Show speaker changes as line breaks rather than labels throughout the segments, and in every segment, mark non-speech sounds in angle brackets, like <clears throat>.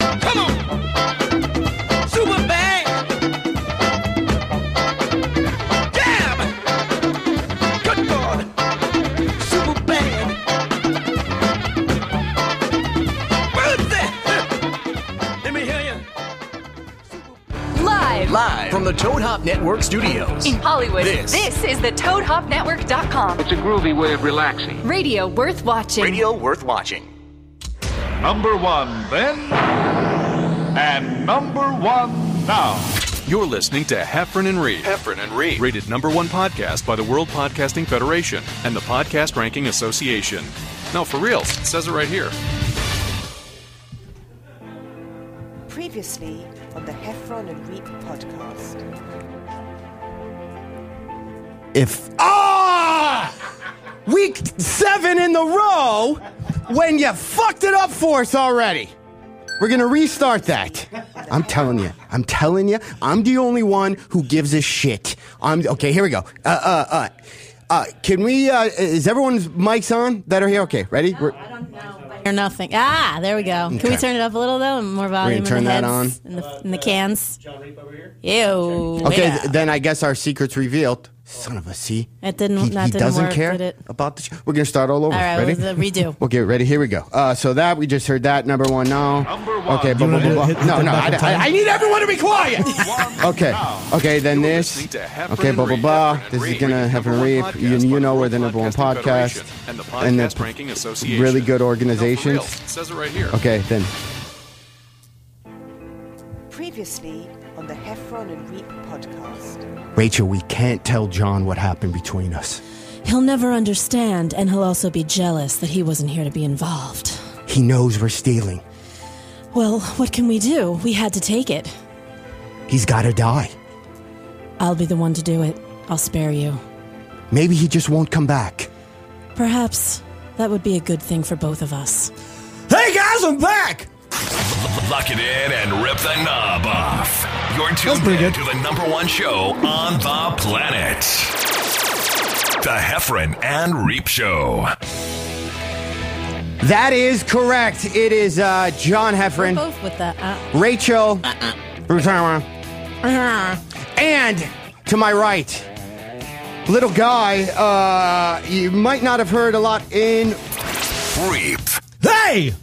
Come on. Super bang. Damn. Good God. Super bang. Birthday. Let me hear you.
Live
Live from the Toad Hop Network studios.
in Hollywood,
This.
this, is the ToadHopNetwork.com.
It's a groovy way of relaxing.
Radio worth watching.
Radio worth watching.
Number one then, and number one now.
You're listening to Heffron and Reed. Heffron and Reed. Rated number one podcast by the World Podcasting Federation and the Podcast Ranking Association. No, for real. It says it right here.
Previously on the Heffron and Reap podcast.
if ah week seven in the row when you fucked it up for us already we're gonna restart that i'm telling you i'm telling you i'm the only one who gives a shit i'm okay here we go uh uh uh uh, can we? Uh, is everyone's mics on that are here? Okay, ready? We're,
Or nothing. Ah, there we go. Can
Okay.
we turn it up a little though? More volume. in
turn
the
that
heads, In the, in the cans. Uh, John Reap over here. Ew.
okay,
yeah.
th- then I guess our secret's revealed. Son of a see,
It didn't-
He,
that
he
didn't
doesn't
work,
care
did it?
about the. Sh- we're gonna start all over.
All right,
ready?
well, the redo.
Okay, ready? Here we go. Uh, so that we just heard that number one. No.
Number one.
Oh. Okay.
Do
Blah,
you wanna
blah, blah,
hit-
blah. No, no. I, I, I need everyone to be quiet.
One
<laughs> okay.
now.
Okay. Then
You're
this.
listening to Heffer
Okay.
and
Blah blah
Reed.
blah.
Heffer and
This is
Reed,
gonna
rated
have a
number one
reap.
podcast
You,
by
you
the
know
World
we're the number one
Podcasting
podcast
Federation and the
and
Podcast Ranking Association.
really good
No, for
organizations.
real. It says it right here.
Okay. Then
Previously on the Heffron and Reap podcast.
Rachel, we can't tell John what happened between us.
He'll never understand, and he'll also be jealous that he wasn't here to be involved.
He knows we're stealing.
Well, what can we do? We had to take it.
He's got to die.
I'll be the one to do it. I'll spare you.
Maybe he just won't come back.
Perhaps that would be a good thing for both of us.
Hey guys, I'm back.
Lock it in and rip the knob off. You're tuned
pretty
in
good.
to the number one show on the planet. The Heffron and Reap Show.
That is correct. It is uh, John Heffron.
Both with that. Uh,
Rachel. And to my right, little guy, uh, you might not have heard a lot in.
Reap.
Hey!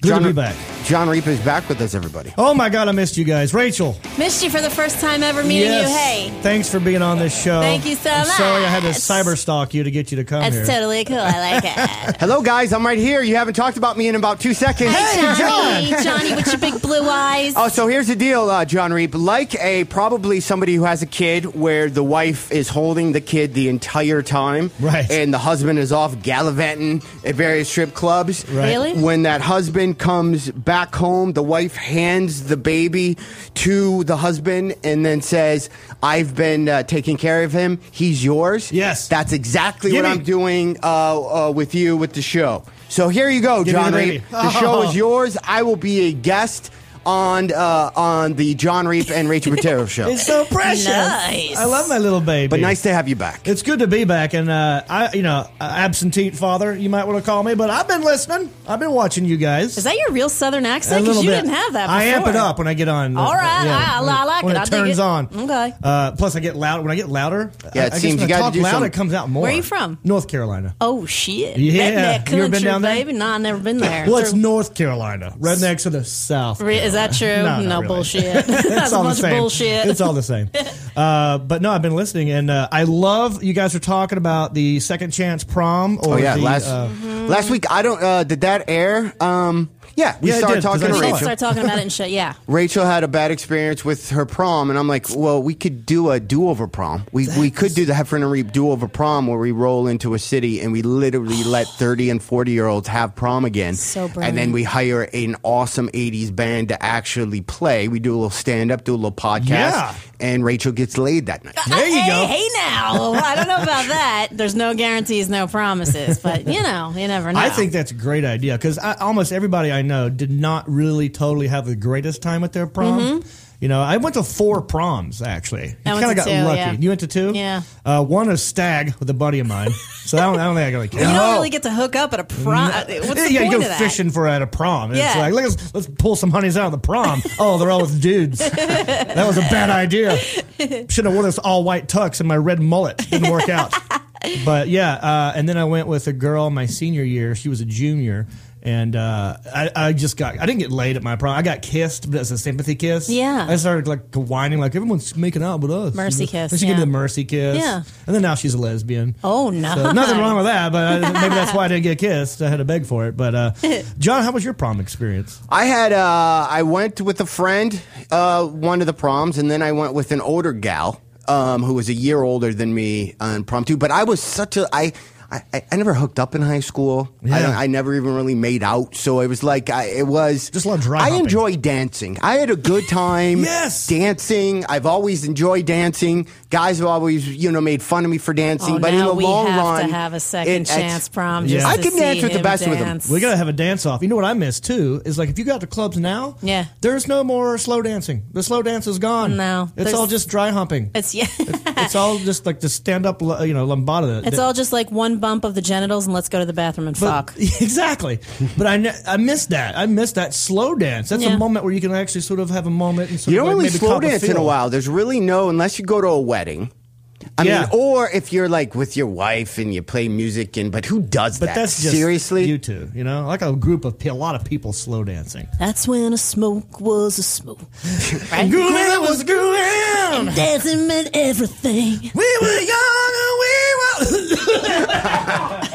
Good to be back.
John Reap is back with us, everybody.
Oh my God, I missed you guys. Rachel.
missed you for the first time ever meeting you. Hey,
Thanks for being on this show.
Thank you so
I'm Sorry I had to
much.
cyber stalk you to get you to come
that's
here.
totally cool. I like it.
<laughs>
Hello, guys. I'm right here. You haven't talked about me in about two seconds.
Johnny, Johnny with your big blue eyes.
Oh, so here's the deal, uh, John Reap. Like a probably somebody who has a kid where the wife is holding the kid the entire time,
Right.
And the husband is off gallivanting at various strip clubs.
Right.
Really?
When that husband comes back home, the wife hands the baby to the husband and then says, "I've been uh, taking care of him. He's yours."
Yes.
That's exactly
Gimme.
what I'm doing uh, uh, with you with the show. So here you go,
Gimme the
John
baby.
Reap. The show
<laughs>
is yours. I will be a guest on uh, on the John Reap and
<laughs>
Rachel Patero show.
It's so precious.
Nice.
I love my little baby.
But nice to have you back.
It's good to be back, and uh, I, you know, uh, absentee father, you might want to call me, but I've been listening. I've been watching you guys.
Is that your real Southern
A
accent? Because
little
you
bit.
didn't have that. Before.
I amp it up when I get on.
All right.
Yeah,
I- I like
when When
it. I
it
dig
turns
it.
on.
Okay.
Uh, plus, I get loud. When I get louder,
Yeah,
I-
it
I guess
seems
when
you
I
gotta
talk
do
loud.
some-
It comes out more.
Where are you from?
North Carolina.
Oh shit!
Yeah.
redneck
You
country,
ever been down there?
baby. No, I've never been there.
Well, it's North Carolina. Rednecks are the South.
Re- is that true?
No, not really. <laughs>
bullshit. That's
it's all the
a bunch of
same.
bullshit.
It's all the
<laughs>
same. Uh, but no, I've been listening, and uh, I love you guys are talking about the second chance prom. Or
oh yeah,
the,
last
uh,
last week I don't uh, did that air. Um, yeah, we
Yeah, it
started
did, 'cause
talking
I
to
saw
we
it.
Rachel.
did start talking about it and shit. Yeah.
Rachel had a bad experience with her prom, and I'm like, well, we could do a do over prom. We we could do the Heffron and Reap do over prom where we roll into a city and we literally let 30 and 40 year olds have prom again.
So
And then
brilliant.
we hire an awesome 80s band to actually play. We do a little stand up, do a little podcast,
Yeah.
and Rachel gets laid that night.
there you
hey,
go.
Hey now, I don't know
<laughs>
about that. There's no guarantees, no promises, but you know, you never know.
I think that's a great idea because almost everybody I I know did not really totally have the greatest time at their prom. You know, I went to four proms actually.
I
kind
went
of
to
got
two,
lucky.
yeah.
You went to two.
Yeah.
Uh, one a stag with a buddy of mine. so I don't, I don't think I really care.
You don't really get to hook up at a prom. What's the
yeah,
point
you
of
go
that?
fishing for at a prom. It's
Yeah.
like let's let's pull some honeys out of the
<laughs>
prom. oh, they're all with dudes. that was a bad idea. Should have worn this all white tux and my red mullet. Didn't work
<laughs>
out. but yeah, uh, and then I went with a girl my senior year. She was a junior. And uh, I, I just got, I didn't get laid at my prom. I got kissed, but it was a sympathy kiss.
Yeah.
I started like whining, like everyone's making out with us.
Mercy kiss,
And she gave me
yeah.
the mercy kiss.
Yeah.
And then now she's a lesbian.
Oh,
no,
nice.
nothing wrong with that, but I, maybe that's why I didn't get kissed. I had to beg for it. But uh, John, how was your prom experience?
I had uh, I went with a friend uh, one of the proms, and then I went with an older gal um, who was a year older than me on prom two. But I was such a I. I, I- I never hooked up in high school. I, don't- I never even really made out. So it was like I, it was just love dry. I enjoy dancing. I had a good time. yes, dancing. I've always enjoyed dancing. Guys have always you know made fun of me for dancing,
Oh,
but in
now
the
we
long
have
run,
to have a second
it- it's-
chance prom just
I
to
can
see
dance with the
him
best with them.
dance.
We gotta have a dance off. You know what I miss too is like if you go out to clubs now,
Yeah. Oh,
there's no more slow dancing. The slow dance is gone.
No.
it's all
There's-
just dry humping.
It's yeah.
<laughs> It's all just like the stand up, you know, lambada.
<laughs> It's all just like one bump of the genitals, and let's go to the bathroom and fuck.
<laughs> exactly. But I, ne- I miss that. I miss that slow dance. That's
Yeah.
a moment where you can actually sort of have a moment and sort
You
of
don't
like
really
maybe
slow
cop
dance in a
feel.
while. There's really no unless you go to a wedding. I
Yeah.
mean, or if you're like with your wife and you play music and but who does
But
that?
that's just
seriously.
you two. You know, like a group of pe- a lot of people slow dancing.
That's when a smoke was a
<laughs>
smoke.
Right? Grooving was grooving.
And dancing meant everything.
We were young and we were. <laughs>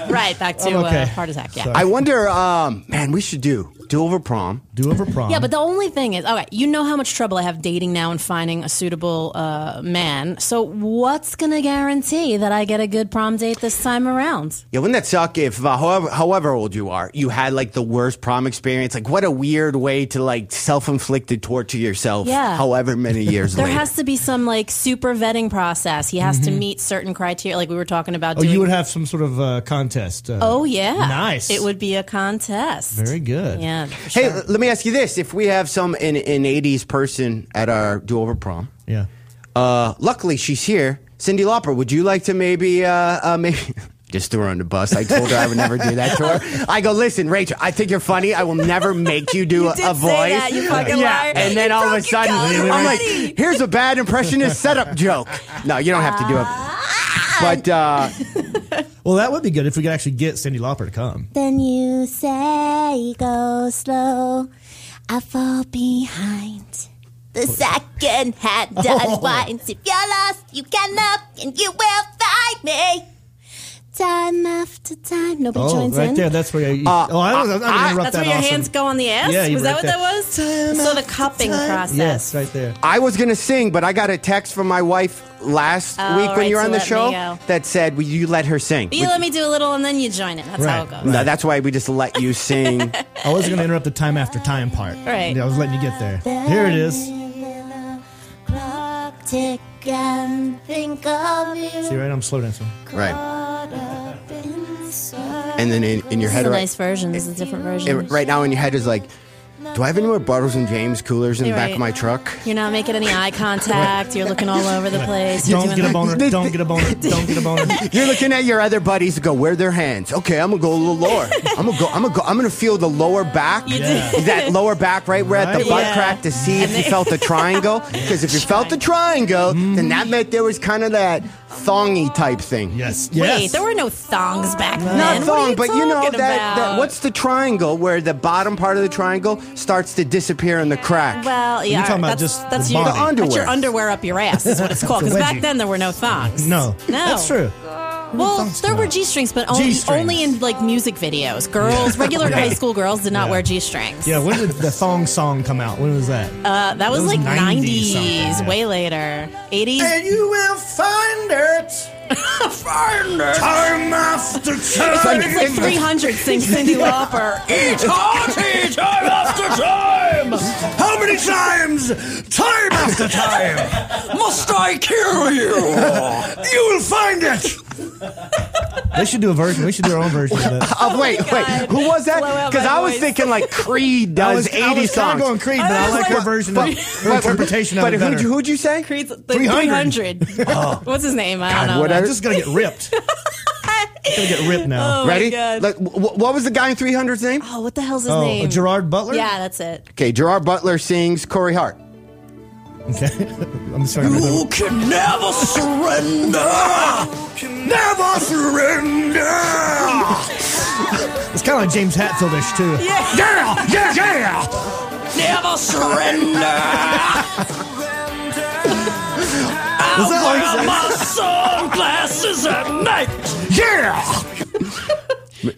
right back to
I'm okay.
uh, heart attack. Yeah.
I wonder, um, man, we should do do over prom.
Do over prom.
Yeah, but the only thing is, all right, you know how much trouble I have dating now and finding a suitable uh, man. So what's gonna guarantee that I get a good prom date this time around?
yeah, wouldn't that suck if uh, however however old you are, you had like the worst prom experience? Like, what a weird way to like self inflicted torture yourself.
Yeah.
However many years
There
later.
has to be some like super vetting process. He has to
Mhm.
meet certain criteria, like we were talking about.
Oh,
doing,
you would have some sort of uh, contest. Uh,
oh yeah,
nice.
It would be a contest.
very good.
Yeah.
Hey, l- let me ask you this: If we have some an, an '80s person at our do over prom,
Yeah.
Uh, luckily, she's here. Cindy Lauper, would you like to maybe, uh, uh, maybe? <laughs> Just throw her on the bus. I told her I would never do that to her. I go, listen, Rachel, I think you're funny. I will never make you do a,
did
a
say
voice.
that, you fucking liar.
And then
You
all of a
broke your
sudden,
collar
I'm like,
already.
here's a bad impressionist setup joke. No, you don't have to do
Ah.
it. But uh,
Well, that would be good if we could actually get Cindy Lauper to come.
Then you say go slow. I fall behind. The second hand
<laughs>
Oh.
does winds. If you're lost, you can look and you will find me. Time after time, nobody
oh,
joins
right
in.
there. That's where you. oh, I was. I, was not gonna interrupt
Uh, That's
that
where your
awesome.
hands go on the ass.
Yeah, you
was that
right
what that was? so the cupping process.
Yes, right there.
I was going to sing, but I got a text from my wife last
Oh,
week when
right,
you were
to
on the
let me
show
go.
that said, will you let her sing?
But you let me do a little, and then you join it. That's how it goes.
No, that's why we just let you
<laughs>
sing.
I wasn't going to interrupt the time after time part.
Right.
Yeah, I was letting you get there. Here it is.
Clock tick and think of you.
See, right? I'm slow dancing.
Right.
Caught up in circles.
And then in, in your
This
head,
is a
right,
nice version. This is a different version.
it- right now in your head is like, do I have any more Bartles and James coolers in the
You're
back
right.
of my truck?
You're not making any eye contact. You're looking all over the place. You're
Don't
doing
get a
that-
boner. Don't get a boner. Don't get a boner. You're looking at your other buddies. Go, where are their hands? Okay, I'm gonna go a little lower. I'm gonna go. I'm gonna go. I'm gonna feel the lower back.
did.
That lower back, right? We're at the
Right.
butt
Yeah.
crack to see
And
if you
they-
felt the
<laughs>
triangle. Because if you felt the triangle, then that meant there was kind of that thongy type thing.
Yes.
Wait, there were no thongs back then.
Not
What are
thong, but you know
talking
that, that
about?
what's the triangle where the bottom part of the triangle starts to disappear in the crack?
Well, yeah, all right, that's, that's your
the underwear?
That's your underwear up your ass is what
<laughs>
it's called.
It's a
Because back
wedgie.
then there were no thongs.
No.
no,
That's true.
Well, there were g strings, but only,
G-strings.
only in like music videos. Girls,
Yeah. <laughs>
regular
Yeah.
high school girls, did not
Yeah.
wear g strings.
Yeah, when did the thong song come out? When was that?
Uh, that
That
was,
was
like
90s
90s,
something, yeah.
way later. 80s.
And you will find it.
find it.
Time after
It's like, it's like 300 sings
<laughs>
Cindy Lauper.
It's hearty time after time. How many times, time after time, must I kill you? You will find it.
They should do a version. We should do our own version of that.
Oh, wait, wait. Who was that? Because I was thinking like Creed
I
does
was- I
80
was kinda
songs.
going Creed, but I I was like her like- version of- her interpretation of
but
it
who'd
better.
you- who'd you say?
Creed's the
300.
300.
<laughs> Oh.
What's his name? I don't know.
what
I'm
I-
just
gonna
<laughs>
get ripped.
I'm
gonna get ripped
now. Oh, my
Ready?
God.
Like, wh- what was the guy in 300's name?
Oh, what the hell's his
Oh,
name?
Gerard Butler?
Yeah, that's it.
Okay, Gerard Butler sings Corey Hart.
Okay. <laughs> I'm sorry.
You can never surrender. Never surrender.
It's kind of like James Hatfieldish too.
Yeah, yeah, yeah. Never
<laughs>
surrender.
Does that
I
make
wear my sunglasses at night.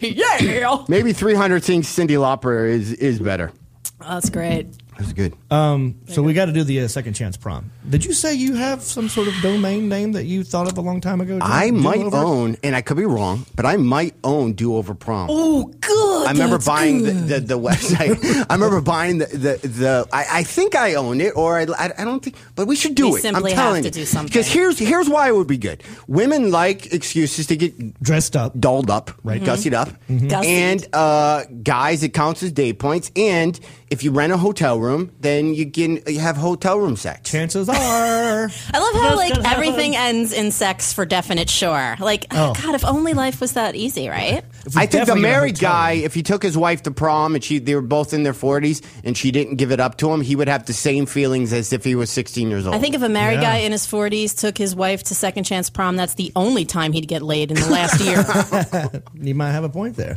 Yeah. yeah.
Maybe 300 sings Cindy Lauper is, is better.
Oh, that's great.
That's good.
Um, so we got to do the uh, second chance prom. Did you say you have some sort of domain name that you thought of a long time ago?
I
Do
might
Over?
own, and I could be wrong, but I might own Do Over Prom.
Oh, good.
I remember
that's
buying the,
good.
the, the
<laughs>
website. I remember buying the the, the I, I think I own it, or I, I, I don't think. But we should do
We
it.
simply
I'm
have
telling
to
you,
do something.
Because here's here's why it would be good. Women like excuses to get
dressed up,
dolled up, right,
Mhm.
gussied up,
Mhm. Gussied.
and uh, guys, it counts as day points. And if you rent a hotel room, then you can you have hotel room sex.
Chances
<laughs>
are.
I love how
That's
like
gonna
everything
happen.
ends in sex for definite sure. Like,
Oh.
God, if only life was that easy, right?
I think the married guy, if he took his wife to prom and she they were both in their forties and she didn't give it up to him, he would have the same feelings as if he was sixteen years old.
I think if a married guy in his 40s took his wife to second chance prom, that's the only time he'd get laid in the last year.
you might have a point there.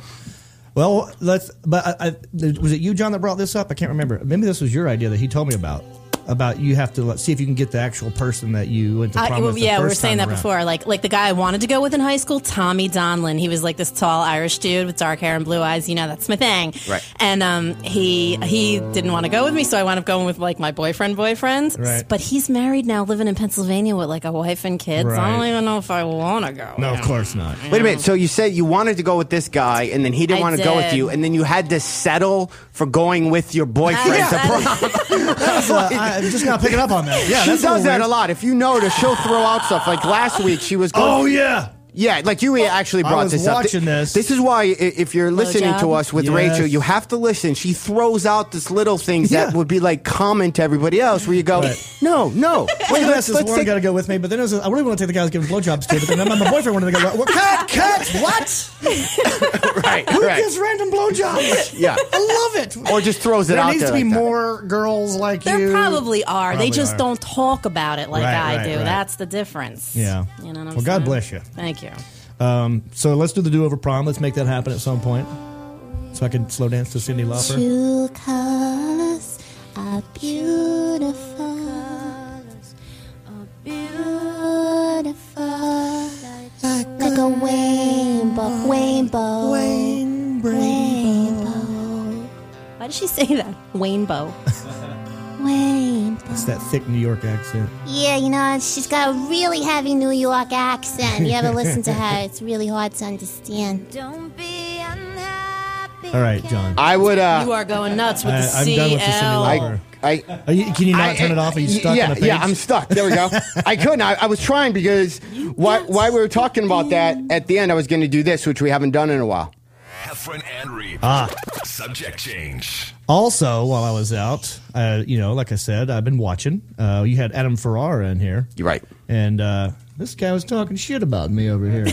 Well, let's. But I, I, was it you, John, that brought this up? I can't remember. Maybe this was your idea that he told me about. About you have to let, see if you can get the actual person that you went to prom
I, well,
with. the
yeah, we were
first
saying that
time around.
before. Like, like the guy I wanted to go with in high school, Tommy Donlin. He was like this tall Irish dude with dark hair and blue eyes. You know, that's my thing.
Right.
And um, he he didn't want to go with me, so I wound up going with like my boyfriend, boyfriend.
Right.
But he's married now, living in Pennsylvania with like a wife and kids. I don't
Right.
even know if I want to go.
No, of course not.
Wait a minute. So you said you wanted to go with this guy, and then he didn't
I
want to go with
did.
you, and then you had to settle for going with your
Uh,
boyfriend to prom.
<laughs> That's, uh, I'm just not picking up on that. Yeah,
she
that's
does that
weird.
a lot. If you notice, she'll throw out stuff. Like last week, she was. Going,
Oh, yeah.
Yeah, like you actually
I
brought
was
this up.
watching this.
This is why, i- if you're listening to
job.
us with
Yes.
Rachel, you have to listen. She throws out this little things that
Yeah.
would be like common to everybody else, where you go,
Right.
no, no.
Wait,
<laughs> Wait,
this
let's,
is
let's
Warren
take
got to go with me, but then it was, I really want to take the guy I was giving blowjobs to, but then my, my boyfriend wanted to go. Well, cut, cut, what?
right,
Who
right.
gives random blowjobs?
Yeah.
I love it.
Or just throws it
there
out
needs
there
to be
like that.
more girls like
There
you.
probably are.
Probably
they just
are.
don't talk about it like
Right,
I
right,
do.
right.
That's the difference.
Yeah.
You know what I'm
well,
saying?
God bless you.
Thank you.
Um, so let's do the do over prom. Let's make that happen at some point, so I can slow dance to Cindy Lauper.
True colors are beautiful. Beautiful. Like, a rainbow. Rainbow. Rainbow.
Why did she say that? Rainbow.
Rainbow.
It's that thick New York accent.
Yeah, you know, she's got a really heavy New York accent. You ever listen to her? It's really hard to understand. Don't be
All right, John.
I would. Uh,
you are going nuts with
I,
the
I'm done with the Cindy
CL.
Lauper.
I,
Are you, can you not
I-
turn it off? Are you stuck
yeah,
on a page?
yeah, I'm stuck. There we go.
<laughs>
I couldn't. I, I was trying because why, why we were talking about that at the end, I was going to do this, which we haven't done in a while.
Heffron and Reap.
Ah.
Subject change.
Also, while I was out, uh, you know, like I said, I've been watching. Uh, you had Adam Ferrara in here.
You're right.
And uh, this guy was talking shit about me over here.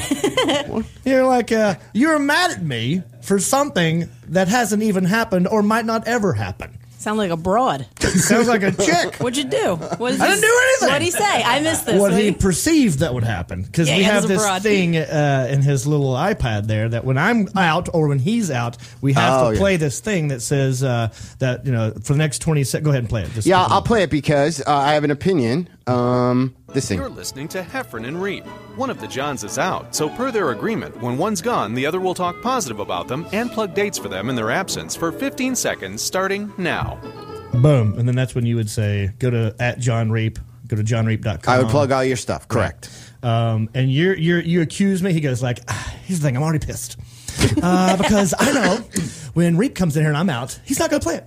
you're like, uh, you're mad at me for something that hasn't even happened or might not ever happen.
Sound like a broad.
Sounds like a chick.
<laughs> What'd you do? What is
I didn't do anything.
What'd he say? I missed this.
What
What'd
he perceived that would happen because
Yeah,
we
yeah,
have
there's a
this
broad.
thing uh, in his little iPad there that when I'm out or when he's out, we have
Oh,
to
yeah.
play this thing that says uh, that you know for the next twenty seconds. Go ahead and play it. Just-
Yeah, I'll play it because uh, I have an opinion. Um, this
You're
thing.
listening to Heffron and Reap. One of the Johns is out, so per their agreement, when one's gone, the other will talk positive about them and plug dates for them in their absence for 15 seconds starting now.
Boom, and then that's when you would say go to at John Reap, go to johnreap.com.
I would plug all your stuff. Correct.
Um, and you you you accuse me. He goes like, "Ah, here's the thing, I'm already pissed
<laughs>
uh, because I know when Reap comes in here and I'm out, he's not going to play it.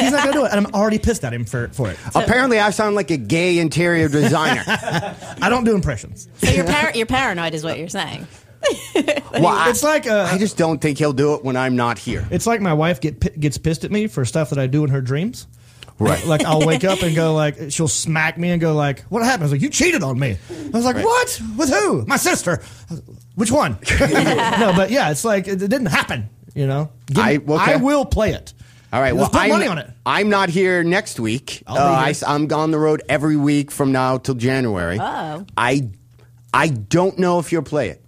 He's not going to do it, and I'm already pissed at him for for it.
Apparently, I sound like a gay interior designer.
<laughs> I don't do impressions.
So you're, par- you're paranoid, is what you're saying.
Well, it's like I
uh,
just don't think he'll do it when I'm not here.
It's like my wife get pi- gets pissed at me for stuff that I do in her dreams.
Right.
Like I'll wake up and
<laughs>
go like she'll smack me and go like, "What happened?" I was like, "You cheated on me." I was like,
Right.
"What? With who? My sister? Which one?" <laughs> no, but yeah, it's like it, it didn't happen. You know, Give me-
I, okay.
I will play it.
All right.
Let's
Well,
put
I'm,
money on it.
I'm not here next week. Uh,
be here.
I, am on the road every week from now till January.
Oh.
I I don't know if you'll play it.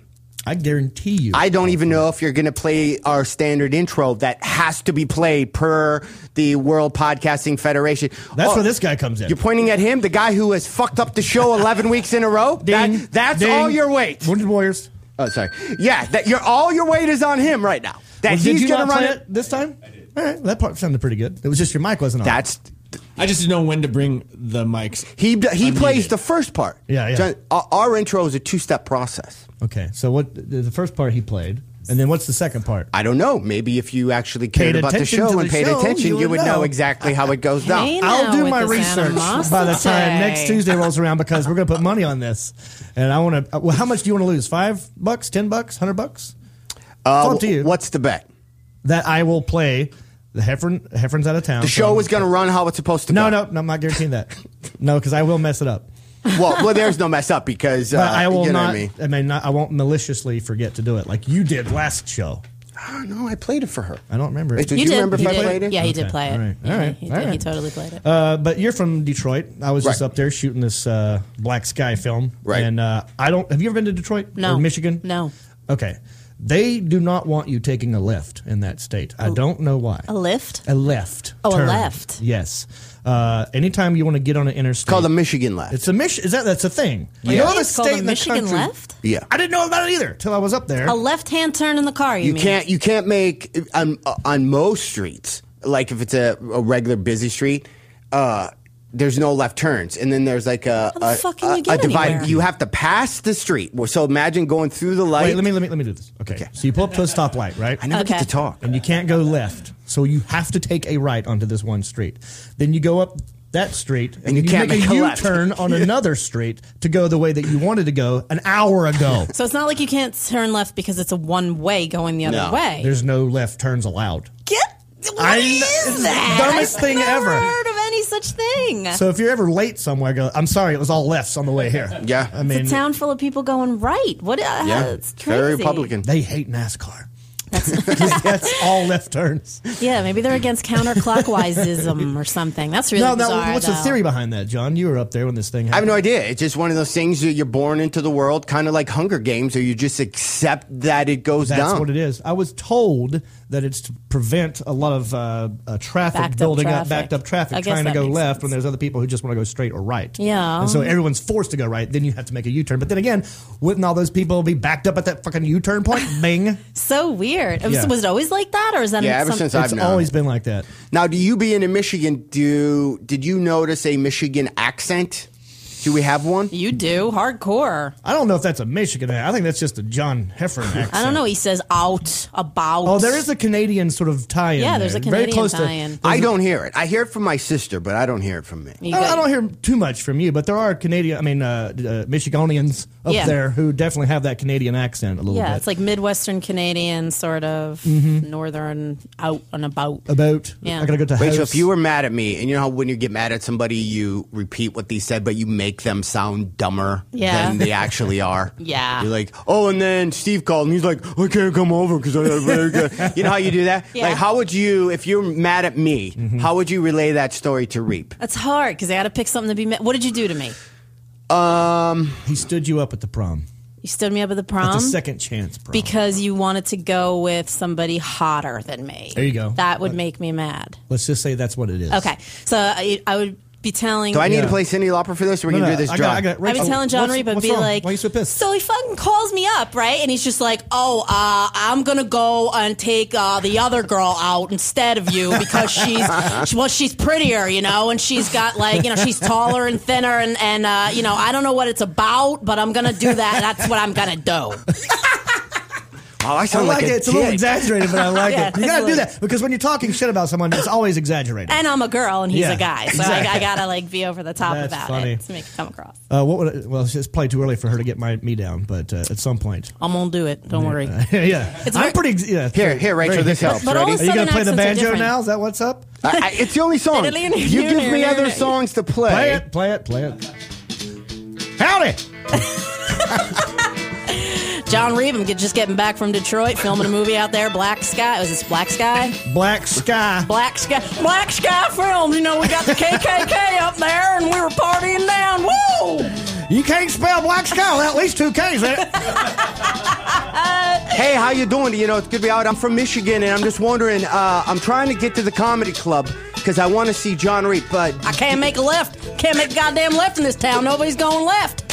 I guarantee you.
I don't even know if you're going to play our standard intro that has to be played per the World Podcasting Federation. Oh,
That's where this guy comes in.
You're pointing at him, the guy who has fucked up the show 11 weeks in a row. That, that's
ding.
all your weight.
Wounded Warriors.
Oh, sorry. Yeah, that your all your weight is on him right now. That
Well, did
he's
you
going to
not
run
play
it.
it this time? All right, that part sounded pretty good. It was just your mic wasn't on.
That's
I just didn't know when to bring the mics.
He d- he plays the first part.
Yeah, yeah.
John, our, our intro is a two step process.
okay. So what? The the first part he played, and then what's the second part?
I don't know. Maybe if you actually cared
Paid
about the
attention to
show
the
and paid
show,
attention,
you
you
would
would know
know.
exactly how it goes down.
Hey, I'll do my research by the time next Tuesday rolls around because we're going to put money on this, and I want to. Well, how much do you want to lose? Five bucks, ten bucks, hundred bucks?
Uh,
it's up to you.
What's the bet?
That I will play the Heffron. Heffron's out of town.
The show
I'm-
is going to run how it's supposed to.
No,
go.
no, no, I'm not guaranteeing that. no, because I will mess it up.
well, well, there's no mess up because uh,
But I will
you know
not.
What I mean.
I mean, not, I won't maliciously forget to do it like you did last show.
Oh, no, I played it for her.
I don't remember. it.
Did you, remember if I played it?
Yeah, he did
Okay,
play it.
all right,
Yeah,
all right,
he,
all
did. he
right.
totally played it.
Uh, but you're from Detroit. I was just
Right.
up there shooting this uh, Black Sky film. Right. And uh, I don't. Have you ever been to Detroit?
No.
Or Michigan? Uh,
No.
Okay. They do not want you taking a left in that state. I don't know why.
A lift?
A left.
Oh, a
turn.
left.
Yes. Uh, anytime you want to get on an interstate, it's called
a Michigan left.
It's a Mich. Is that that's a thing?
Yeah.
You know
It's
the
called a
state in the
Michigan
country-
left?
Yeah.
I didn't know about it either till I was up there.
A left hand turn in the car, you,
You
mean?
can't you can't make on on most streets like if it's a, a regular busy street. Uh, there's no left turns, and then there's like a
the
a,
fuck can you
a-
get
a divide.
anywhere?
You have to pass the street. Well, So imagine going through the light.
Wait, let me let me let me do this. Okay. So you pull up to a stoplight, right? I
never get Okay. to talk.
And you can't go left, so you have to take a right onto this one street. Then you go up that street, and,
you can't
make
make
a
a
U
left.
turn
<laughs>
on
Yeah.
another street to go the way that you wanted to go an hour ago.
So it's not like you can't turn left because it's a one way going the other way.
There's no left turns allowed.
Get what
I kn-
is that?
Dumbest
I've
thing
never
ever.
Heard of any such thing?
So if you're ever late somewhere, go. I'm sorry, it was all lefts on the way here. Yeah, I mean,
it's a town full of people going right. What? Uh, it's crazy.
They hate NASCAR. <laughs>
<laughs>
That's, that's all left turns.
Yeah, maybe they're against counterclockwise-ism
<laughs>
or something. That's really
no, no.
bizarre.
what's the
though.
theory behind that, John? You were up there when this
I
thing
have
happened.
no idea. It's just one of those things that you're born into the world, kind of like Hunger Games, or you just accept that it goes
That's
down.
what it is. I was told that it's to prevent a lot of uh, uh, traffic
Backed up
building
traffic.
up, backed up traffic,
I guess
trying to
that
go
makes
left when there's other people who just want to go straight or right.
Yeah.
And so everyone's forced to go right. Then you have to make a U turn. But then again, wouldn't all those people be backed up at that fucking U turn point? Bing.
So weird. It was,
Yeah.
was it always like that, or is that
Yeah, ever
some-
since I've known.
been like that.
Now, do you being in Michigan? Do did you notice a Michigan accent? Do we have one?
You do hardcore.
I don't know if that's a Michigan accent. I think that's just a John Heffern accent.
I don't know. He says out about.
Oh, there is a Canadian sort of tie-in.
Yeah, there's
there.
a
Very
Canadian
close
tie-in.
To,
I don't hear it. I hear it from my sister, but I don't hear it from me.
I, I don't hear too much from you, but there are Canadian, I mean, uh, uh, Michiganians up
Yeah.
there who definitely have that Canadian accent a little
Yeah,
bit.
it's like Midwestern Canadian, sort of northern out and about.
About.
Mm-hmm. Yeah.
Rachel, if you were mad at me, and you know how when you get mad at somebody, you repeat what they said, but you make them sound dumber
Yeah.
than they
<laughs>
actually are.
Yeah.
You're like, oh, and then Steve called, and he's like, I can't come over because I had a very
<laughs>
good. you know how you do that?
Yeah. Mm-hmm.
Like, how would you, if you're mad at me, how would you relay that story to Reap?
That's hard because I got to pick something to be. Ma- what did you do to me?
Um,
he stood you up at the prom.
You stood me up at the
That's
prom.
a second chance. Prom.
because you wanted to go with somebody hotter than me.
There you go.
That would
Uh,
make me mad.
Let's just say that's what it is.
Okay, so I, I would be telling.
do I need to play Cindy Lauper for this? We're
No,
going to
no,
do this
I got-
dry.
I got it.
I would be
Rachel,
telling John
what's-
Reed, but
what's
be
wrong?
like,
Why are you so pissed?
So he fucking calls me up, right? And he's just like, "Oh, uh, I'm gonna go and take uh, the other girl out instead of you because she's <laughs> she- well, she's prettier, you know, and she's got like, you know, she's taller and thinner, and and uh, you know, I don't know what it's about, but I'm gonna do that. That's what I'm gonna do."
Oh, I sound like
it.
a
It's a little
dick.
exaggerated, but <laughs> I like
Yeah,
it. You gotta
absolutely.
do that because when you're talking shit about someone, it's always exaggerated.
And I'm a girl, and he's
Yeah,
a guy, so I, I
exactly.
gotta like be over the top
That's
about
funny.
it to make it come across.
Uh, what would? I, well, it's just probably too early for her to get my me down, but uh, at some point,
I'm gonna do it. Don't worry.
<laughs> yeah,
It's
I'm
very-
pretty. ex- Yeah,
Here, here, Rachel,
very
this
hip-hop.
helps. But all Ready?
Are you gonna
Southern
play the
accents are
banjo
different.
now? Is that what's up?
I- I- it's the only song. You give me other songs to play.
Play it, play it, play it. Howdy.
<laughs> John Reeve, I'm get- just getting back from Detroit, filming a movie out there. Black Sky. Was this Black Sky?
Black Sky.
Black Sky. Black Sky Films. You know, we got the KKK up there, and we were partying down. Woo!
You can't spell black sky without at least two K's in it.
<laughs> Hey, how you doing? You know, it's good to be out. I'm from Michigan, and I'm just wondering. Uh, I'm trying to get to the comedy club because I want to see John Reap. But
I can't make a left. Can't make a goddamn left in this town. Nobody's going left.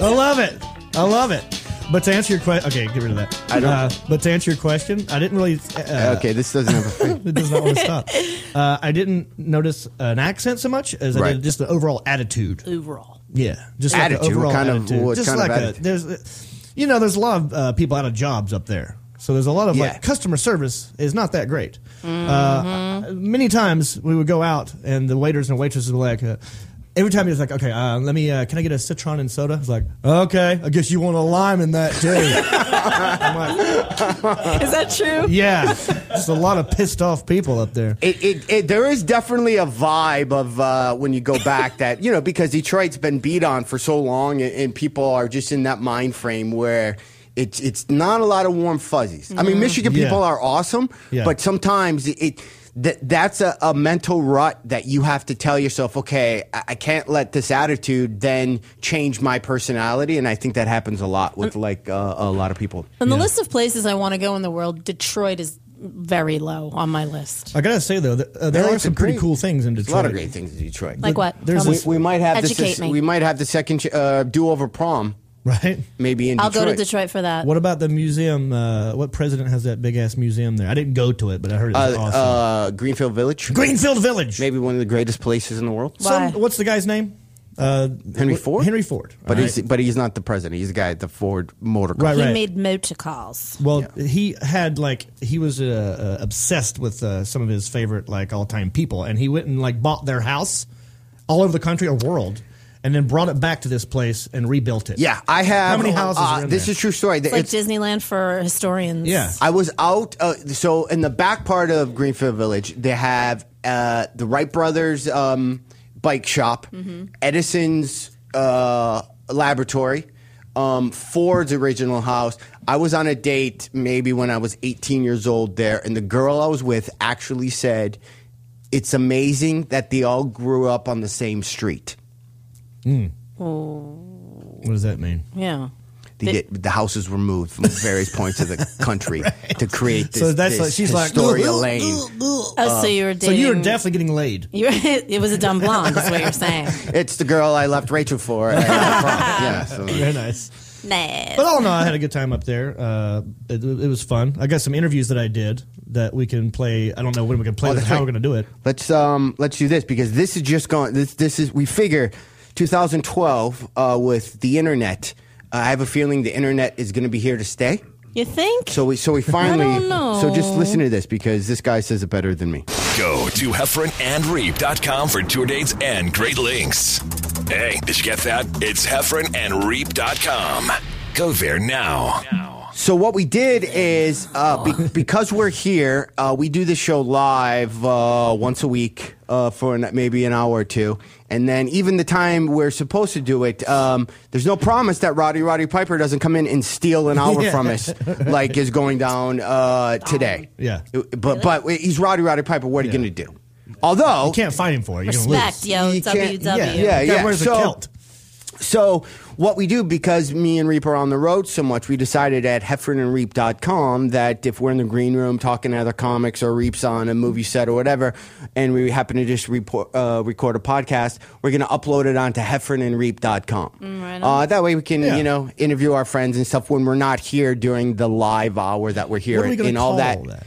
I love it. I love it. But to answer your question, okay, get rid of that.
I don't-
Uh, but to answer your question, I didn't really. Uh,
okay, this doesn't
<laughs>
have a
it does not want
<laughs>
to stop. Uh, I didn't notice an accent so much as I
Right.
did just the overall attitude.
Overall.
Yeah, just like the
Attitude, what
overall
kind of-
attitude.
what
just
kind of
like a,
attitude?
there's, you know, there's a lot of uh, people out of jobs up there. So there's a lot of
Yeah.
like customer service is not that great. Uh, many times we would go out and the waiters and waitresses were like. Uh, Every time he was like, "Okay, uh, let me. Uh, can I get a citron and soda?" I was like, "Okay, I guess you want a lime in
<laughs>
that too."
Is that true?
yeah, just a lot of pissed off people up there.
It, it, it, there is definitely a vibe of uh, when you go back that you know because Detroit's been beat on for so long, and, and people are just in that mind frame where it's it's not a lot of warm fuzzies. I mean,
Mhm.
Michigan
Yeah.
people are awesome,
Yeah.
but sometimes it. it that that's a, a mental rut that you have to tell yourself okay I, I can't let this attitude then change my personality and i think that happens a lot with like uh, a lot of people
On the list of places I want to go in the world, Detroit is very low on my list.
I gotta say though, th- uh, there
There's
are
a
some pretty
great-
cool things in
there's a
Detroit.
lot of great things in detroit
Like what? There's
There's
this-
we, we might have
Educate
this,
me.
We might have the second ch- uh, do over prom,
right?
Maybe in
I'll
Detroit. Uh,
go to Detroit for that.
What about the museum? Uh, what president has that big ass museum there? I didn't go to it, but I heard it was
Uh,
awesome.
uh, Greenfield Village.
Greenfield Village.
Maybe one of the greatest places in the world.
Some, what's the guy's name? Uh,
Henry
wh-
Ford.
Henry Ford.
But
All
he's but he's not the president. He's the guy at the Ford Motor. Company.
he made motor cars.
Well, he had like he was uh, uh, obsessed with uh, some of his favorite like all time people, and he went and like bought their house all over the country or world, and then brought it back to this place and rebuilt it.
Yeah, I have.
How many houses?
Uh,
are in
this
there?
is true story.
It's like Disneyland for historians.
I was out. Uh, so in the back part of Greenfield Village, they have uh, the Wright brothers um, bike shop, Edison's uh, laboratory, um, Ford's original house. I was on a date maybe when I was 18 years old there, and the girl I was with actually said, "It's amazing that they all grew up on the same street."
What does that mean?
Yeah.
They get, the houses were moved from various points of the country to create this.
So that's
this
like- she's like,
Historia
"Ooh, ooh,
Lane.
Oh,
Uh,
so you were
so
dating.
you were
Definitely getting laid.
<laughs> you were- it was a dumb blonde, is what you're saying.
It's the girl I left Rachel for.
<laughs>
at the prom. yeah, so-
<laughs> Very nice.
Nah.
But all in all, I had a good time up there. Uh, it, it was fun. I got some interviews that I did that we can play. I don't know when we can play.
Oh,
this,
that's
how
right.
we're going to do it.
Let's um let's do this because this is just going. This this is we figure 2012 uh, with the internet. Uh, I have a feeling the internet is going to be here to stay.
You think?
So we so we finally.
I don't
So just
know.
listen to this because this guy says it better than me.
Go to heffronandreap.com for tour dates and great links. Hey, did you get that? It's heffronandreap.com. Go there now.
So what we did is uh, be- because we're here, uh, we do the show live uh, once a week uh, for an, maybe an hour or two, and then even the time we're supposed to do it, um, there's no promise that Roddy Roddy Piper doesn't come in and steal an hour
<laughs> Yeah.
from us, like is going down uh, today.
Yeah.
but but he's Roddy Roddy Piper. What are you going to do? Although you
can't fight him for it. You're gonna
Respect, yo,
You
WW.
can't- Yeah, yeah.
The guy
yeah.
wears a
so,
kilt.
So what we do because me and Reap are on the road so much, we decided at heffernandreap.com that if we're in the green room talking to other comics or Reap's on a movie set or whatever, and we happen to just report, uh, record a podcast, we're going to upload it onto heffernandreap.com.
right
uh, that way we can,
Yeah.
you know, interview our friends and stuff when we're not here during the live hour that we're here
What are we
and,
gonna
and all
call
that.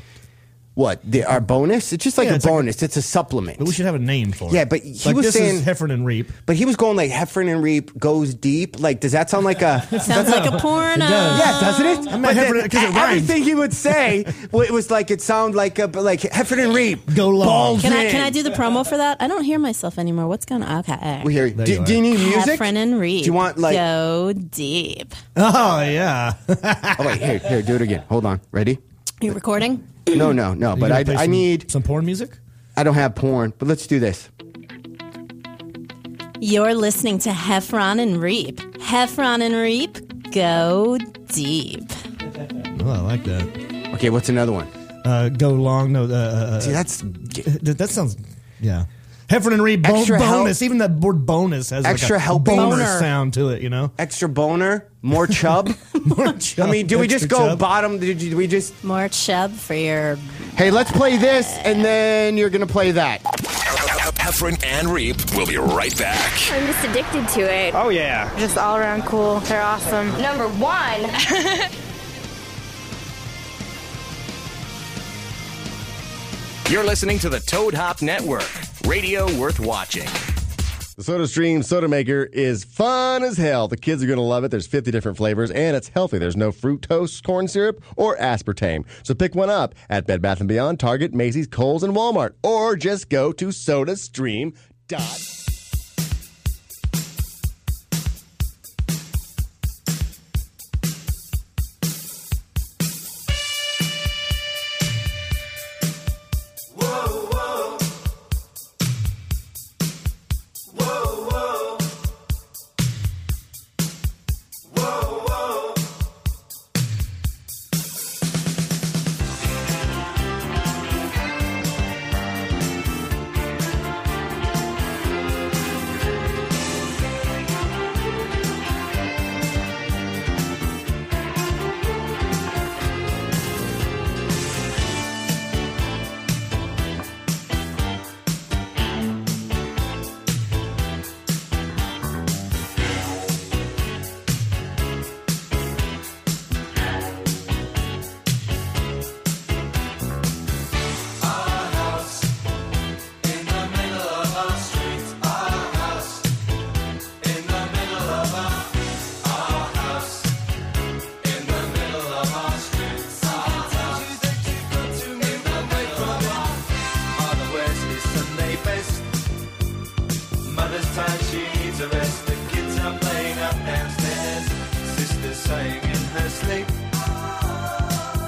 What the, our bonus? It's just like
Yeah,
a
it's like a-
bonus. it's a supplement.
But we should have a name for it.
Yeah, but he
Like,
was
this
saying
is Heffern and Reap.
But he was going like Heffern and Reap goes deep. Like, does that sound like a?
<laughs> Sounds like a porno. It does.
Yeah, doesn't it? But
I'm like Heffern-
then
'cause it
e-
rhymes.
Everything he would say, well, it was like it sounded like a but like Heffern and Reap go long.
Can I, can I do the promo for that? I don't hear myself anymore. What's going on? Okay. all right.
We hear you. Do, do you need music?
Heffron and Reed.
Do you want, like-
go deep?
Oh yeah. oh wait, here, here, do it again. Hold on. Ready?
You recording?
No, no, no.
You
But
gonna
I,
play
I
some-
need
some porn music.
I don't have porn, but let's do this.
You're listening to Heffron and Reap. Heffron and Reap, go deep.
Oh, I like that.
Okay, what's another one?
Uh, go long. No, uh, uh,
See, that's
that, that sounds yeah. Heffern and Reap bo- bonus.
Extra help-
Even that word bonus has
Extra
like a
helping
boner
boner.
sound to it. <laughs> You know,
extra boner, more chub.
more chub.
I mean, do we just
Extra
go
chub.
bottom? Did you- do we just?
More chub for your.
Hey, let's play this, and then you're gonna play that.
Heffron and Reap will be right back.
I'm just addicted to it.
Oh, yeah.
Just all around cool. They're awesome. Number one.
You're listening to the Toad Hop Network, radio worth watching.
The SodaStream Soda Maker is fun as hell. The kids are going to love it. There's 50 different flavors, and it's healthy. There's no fructose, corn syrup, or aspartame. So pick one up at Bed Bath & Beyond, Target, Macy's, Kohl's, and Walmart. Or just go to SodaStream.com.
Mother's tired, she needs a rest. The kids are playing up downstairs. Sister's sighing in her sleep.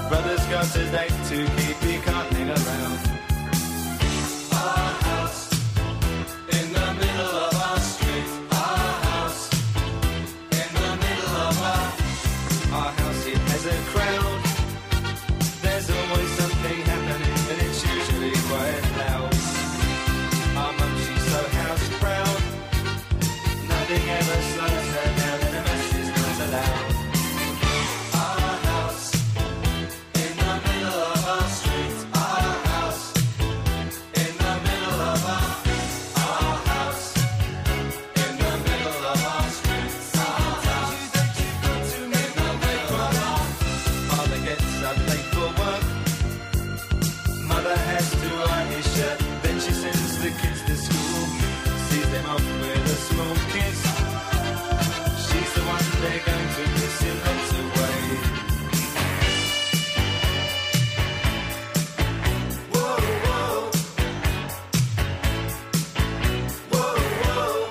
Brother's got a date to keep, he can't hang around. Our house in the middle of our street. Our house in the middle of our. Our house, it has a crowd. There's always something happening, and it's usually quite loud. Our mum, she's so house proud. Nothing ever slows her down, and a mess is not allowed. Our house in the middle of our street. Our house in the middle of our. Our house in the middle of our street. Sometimes you think you've got too many people. Father gets up late for work. Mother has to iron his shirt, then she sends the kids to school. Sees them off with a small kiss. She's the one they're going to miss, it melts away. Whoa, whoa. Whoa, whoa.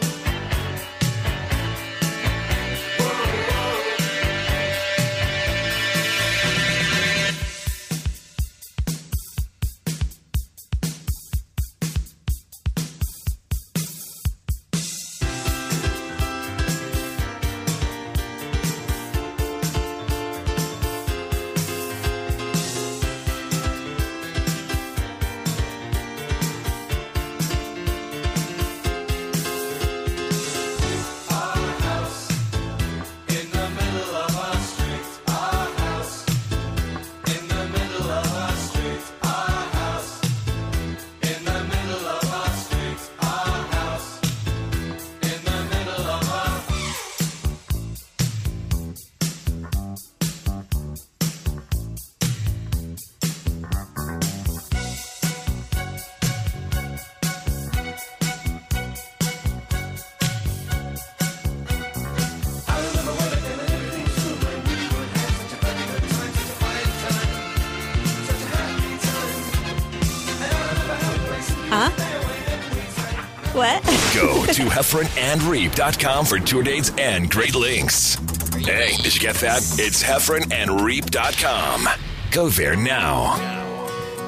What?
Go
<laughs>
to heffronandreap.com for tour dates and great links. Hey, did you get that? It's heffronandreap.com. Go there now.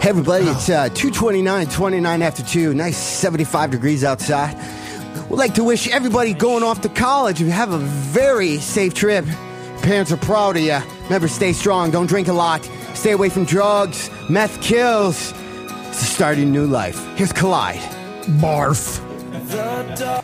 Hey everybody, it's uh, 229, 29 after 2. Nice 75 degrees outside. We'd like to wish everybody going off to college, you have a very safe trip. Parents are proud of you. Remember, stay strong, don't drink a lot, stay away from drugs, meth kills. It's the start of your new life. Here's Collide. Barf.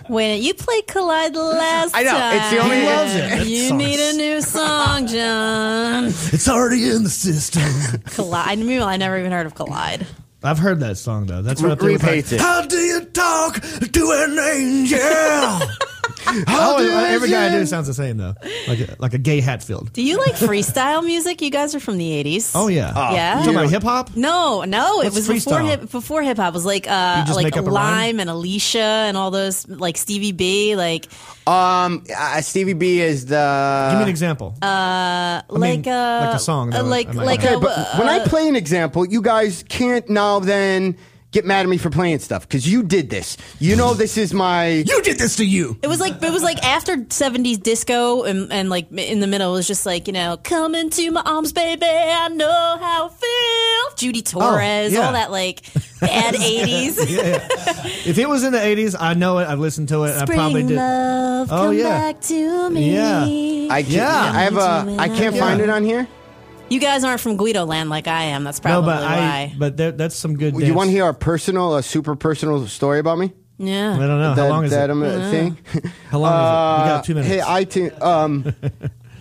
Wait, you played Collide the last
I know,
time.
it's the only- He loves it. That
You
song
need a
<laughs>
new song, John.
It's already in the system.
Collide. I mean, I never even heard of Collide.
I've heard that song though. That's
<laughs>
right up there with,
Repaint
like,
it.
How
do you talk to an angel?
How
do
Uh, every
you-
guy I do sounds the same though, like a, like a gay Hatfield.
Do you like freestyle music? You guys are from the '80s.
Oh yeah,
yeah.
You talking about hip hop?
No, no, it
What's
was before
freestyle?
hip before hip hop. It was like uh
You just
like
make up a rhyme?
Lime and Alicia and all those like Stevie B, like
Um, uh, Stevie B is the.
Give me an example.
uh like uh
like a
song,
uh, like like
okay,
a,
but uh, when I play an example, you guys can't now then get mad at me for playing stuff because you did this. You know this is my. You
did this to you.
It was like it was like after '70s disco, and, and like in the middle it was just like you know, come into my arms, baby. I know how I feel. Judy Torres,
Oh, yeah.
all that like
<laughs>
bad '80s.
Yeah, yeah. If it was in the '80s, I know it. I've listened to it. and I
Spring
probably did.
love,
Oh,
come
yeah.
back to me.
Yeah.
I can't, I have a. I can't find it on here.
You guys aren't from Guido land like I am. That's probably
No, but I-
why.
But there, that's some good.
You want to hear a personal, a super personal story about me?
Yeah. I
don't know. How
That-
long is
that
it?
I'm, uh,
Yeah. <laughs>
thing? Uh,
How long is it? We got two minutes.
Hey, iTunes.
<laughs>
Um,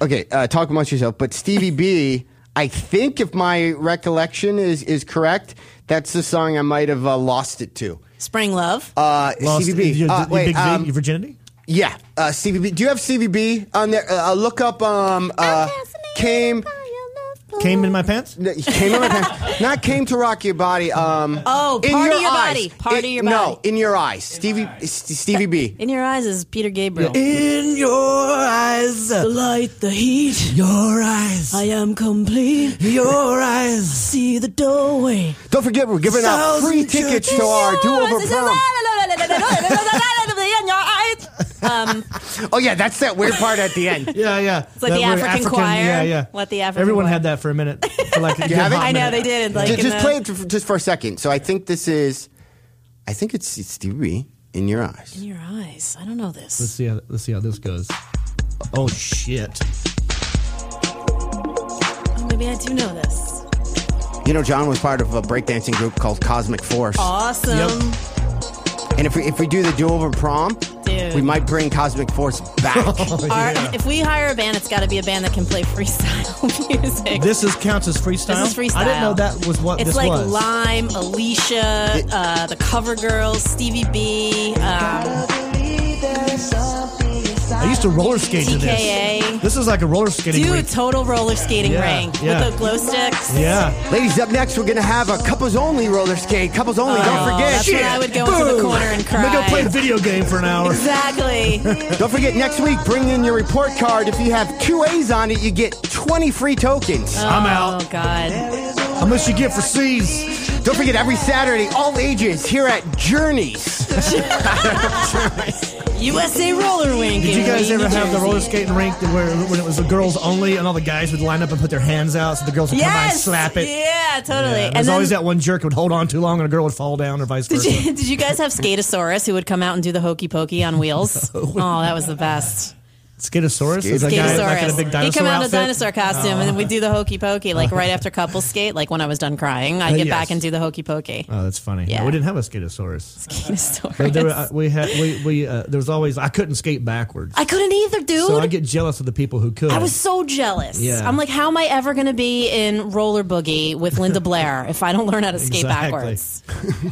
okay, uh, talk amongst yourself. But Stevie B, I think if my recollection is is correct, that's the song I might have uh, lost it to.
Spring Love.
Uh,
Lost-
Stevie B.
your-
Uh,
your
wait,
Big V,
um,
your virginity?
Yeah, uh, Stevie B. Do you have Stevie B on there? Uh, uh, look up. Um, uh, came.
Came in my pants.
Came in my pants. Not came to rock your body. Um,
Oh,
in
Party
your,
Your
eyes.
Body. Party
In-
Your
No, in your eyes. Stevie S- Stevie B.
In your eyes is Peter Gabriel.
In your eyes,
the light, the heat.
Your eyes, I
am complete.
Your eyes,
see the doorway.
Don't forget, we're giving out
Thousand
free tickets to our do over prom.
Um,
Oh yeah, that's that weird part at the
<laughs>
end.
yeah, yeah.
It's like the
weird
African choir.
Yeah, yeah.
Let the African
Everyone
choir-
had that for a minute. For like a
You
good
have it?
hot
I know
minute.
they did. Like
Ju-
in
just
the-
play it for, just for a second. So I think this is, I think it's it's Stevie B. In your eyes.
In your eyes. I don't know this.
Let's see. How, let's see how this goes. Oh shit!
Oh, maybe I do know this.
You know, John was part of a breakdancing group called Cosmic Force.
Awesome. <laughs>
And if we if we do the do over prom,
Dude.
we might bring Cosmic Force back.
<laughs>
Oh,
Our- if we hire a band, it's got to be a band that can play freestyle <laughs> music.
This is counts as freestyle.
This is freestyle.
I didn't know that was what
it's
this
like
was.
Lime, Alicia, uh, the Cover Girls, Stevie B, um,
I used to roller skate to
TKA.
this. This is like a roller skating.
dude,
rink.
total roller skating
Yeah,
ring
yeah.
with the glow sticks.
Yeah.
Ladies, up next, we're gonna have a couples only roller skate. Couples only.
Oh,
don't forget.
that's when I would go into the corner and
I'm gonna go
cry.
play a video game for an hour.
<laughs> Exactly.
<laughs>
Don't forget next week. Bring in your report card. If you have two A's on it, you get twenty free tokens.
I'm out.
Oh God.
How much you get for C's?
Don't forget every Saturday, all ages here at Journeys.
USA Roller Wing.
Did
in
you guys
Wayne,
ever
New
have the
Jersey.
roller skating rink that where when it was the girls only and all the guys would line up and put their hands out so the girls would come by and
Yes.
slap it?
Yeah, totally.
Yeah,
and
there's
then,
always that one jerk who would hold on too long and a girl would fall down or vice
Did
versa.
you, <laughs> did you guys have Skatosaurus who would come out and do the hokey pokey on
<laughs>
wheels? oh, that was the best.
Skatosaurus is a guy like in a big
Skatosaurus.
dinosaur
He'd come out in a
outfit? Oh.
dinosaur costume, and then we'd do the hokey pokey, like right after couple skate, like when I was done crying. I'd
Uh, <laughs>
get
yes.
back and do the hokey pokey.
Oh, that's funny.
Yeah.
No, we didn't have a Skatosaurus.
Skatosaurus.
But there were- uh, we had we, we uh, there was always I couldn't skate backwards.
I couldn't either, dude.
So I get jealous of the people who could.
I was so jealous.
Yeah.
I'm like, how am I ever going to be in roller boogie with
<laughs>
Linda Blair if I don't learn how to skate
Exactly.
backwards?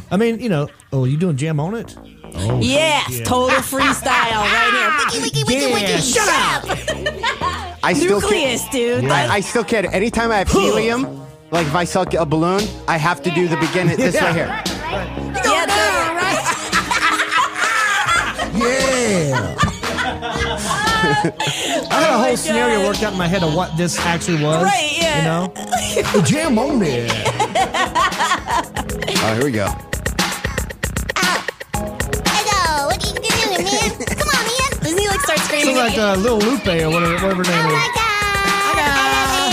I mean, you know, oh, you doing jam on it? Oh,
Yes,
yeah.
total freestyle right
<laughs>
here. Wiki, wiki, wiki,
Yeah,
wiki.
shut
up.
I still
Nucleus,
can't,
dude.
I, I still can't. Anytime I have helium, like if I suck a balloon, I have to do the beginning
<laughs>
this
Yeah.
right here.
yeah, no, right?
Yeah. I had a whole scenario worked out in my head of what this actually was.
Right,
You
yeah.
know? The jam on it.
Oh, here we go.
Hello,
like uh, Lil Lupe or whatever, whatever her name is.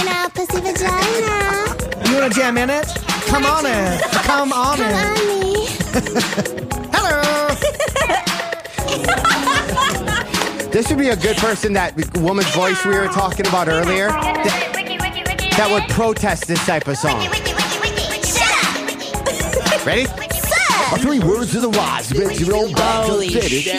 Anal pussy vagina.
You want to jam in it? Come on in. Come on in.
This would be a good person, that woman's voice we were talking about earlier, that, that would protest this type of song. Ready? Our three words to the wise. Bitch, you don't buy
Holy
your titties.
shit.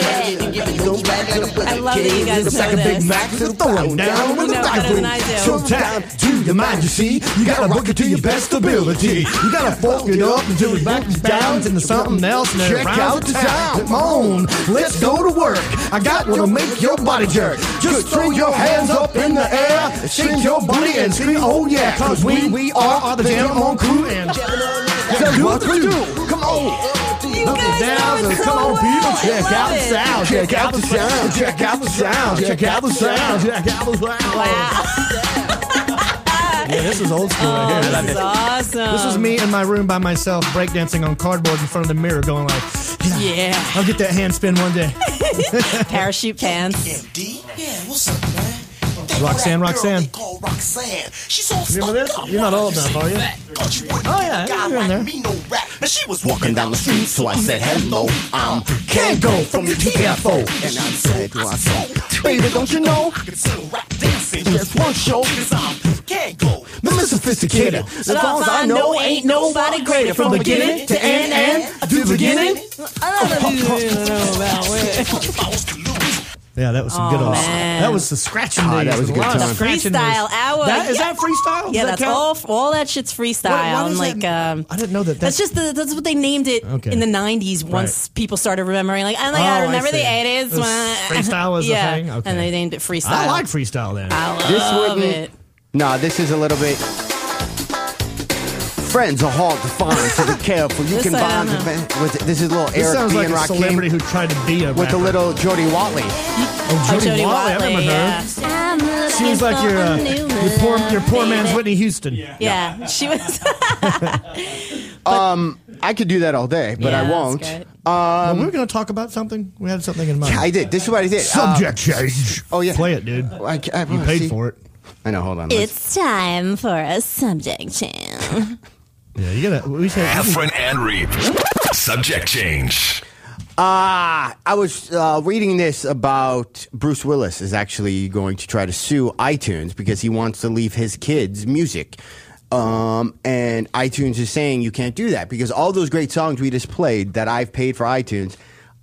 You don't buy your pussy.
I love that you guys
It's
know
like a Big
this.
Mac to the throne down with a
know better than I
knife.
do.
So down to your mind, you see. You gotta work it to your best ability. You gotta fork it up until it backs down into something else.
and it
Check
rhymes
out
with
the
town.
sound. Come on, let's go to work. I got what'll make your body jerk. Just throw your hands up in the air, shake your body and scream, oh yeah. Cause we, we are, are the Jam on crew and that's what we do. Come on. You
guys know it so
come on,
well.
people, check
I
out
love
the
it.
sound, check out the sound, check out the sound, check out the sound, Oh, check out the sound. Wow.
Yeah, this is old school. right here.
Oh, this is awesome.
This was me in my room by myself, breakdancing on cardboard in front of the mirror, going like,
Yeah.
"I'll get that hand spin one
<laughs>
day."
Parachute pants.
Yeah, what's up, man?
Roxanne,
That girl
Roxanne.
They call Roxanne. She's all
Remember this?
stuck up.
You're not old enough, are you?
Oh yeah, guy like me no rap. Now she was walking down the street, so I said hello. I'm
Can't go from the UFO. And I said, well, I said, baby, don't you know? There's one show, cause I'm
can't go.
the most sophisticated. As long as I know, ain't nobody greater from beginning to end and to beginning. Oh,
Yeah, that was some good
Aw,
old.
man.
That was the scratching
Ah,
days.
that was a
There's
good
lot of
time.
scratching
Freestyle
days.
hour.
That, is
Yeah.
that freestyle? Does
Yeah,
that
that's
count?
all. All that shit's freestyle.
Why- why
and
does
like, um,
I didn't know that.
That's, just the, that's what they named it
Okay.
in the '90s. Once people started remembering, like, oh my god,
Oh, I
remember the
see.
'80s?
It was
when- <laughs>
freestyle was the
yeah.
thing? Okay.
and they named it freestyle.
I like freestyle then.
I love it.
No, this is a little bit. Friends are hard to find, so
<laughs>
be careful. You
This
can
I don't
bond with this is a little
This
Eric
sounds
B
like
and
a celebrity
Rakim
who tried to be a
with
rapper.
the little Jody Watley.
Oh, Jody,
Jody
Watley, I
Watley,
remember
yeah.
her. She was like your uh, your poor your poor man's Whitney Houston.
Yeah, she was. <laughs>
Um, I could do that all day, but
Yeah,
I
that's
won't.
great.
Um,
we were going to talk about something. We had something in mind.
I did. This is what I did.
Subject change.
Oh yeah,
play it, dude.
I, I,
You paid for it.
I know. Hold on. let's-
It's time for a subject change.
<laughs> Yeah, you gotta. We said
Heffron and Reap. Subject change.
Ah, I was uh, reading this about Bruce Willis is actually going to try to sue iTunes because he wants to leave his kids music. Um, and iTunes is saying you can't do that because all those great songs we just played that I've paid for iTunes,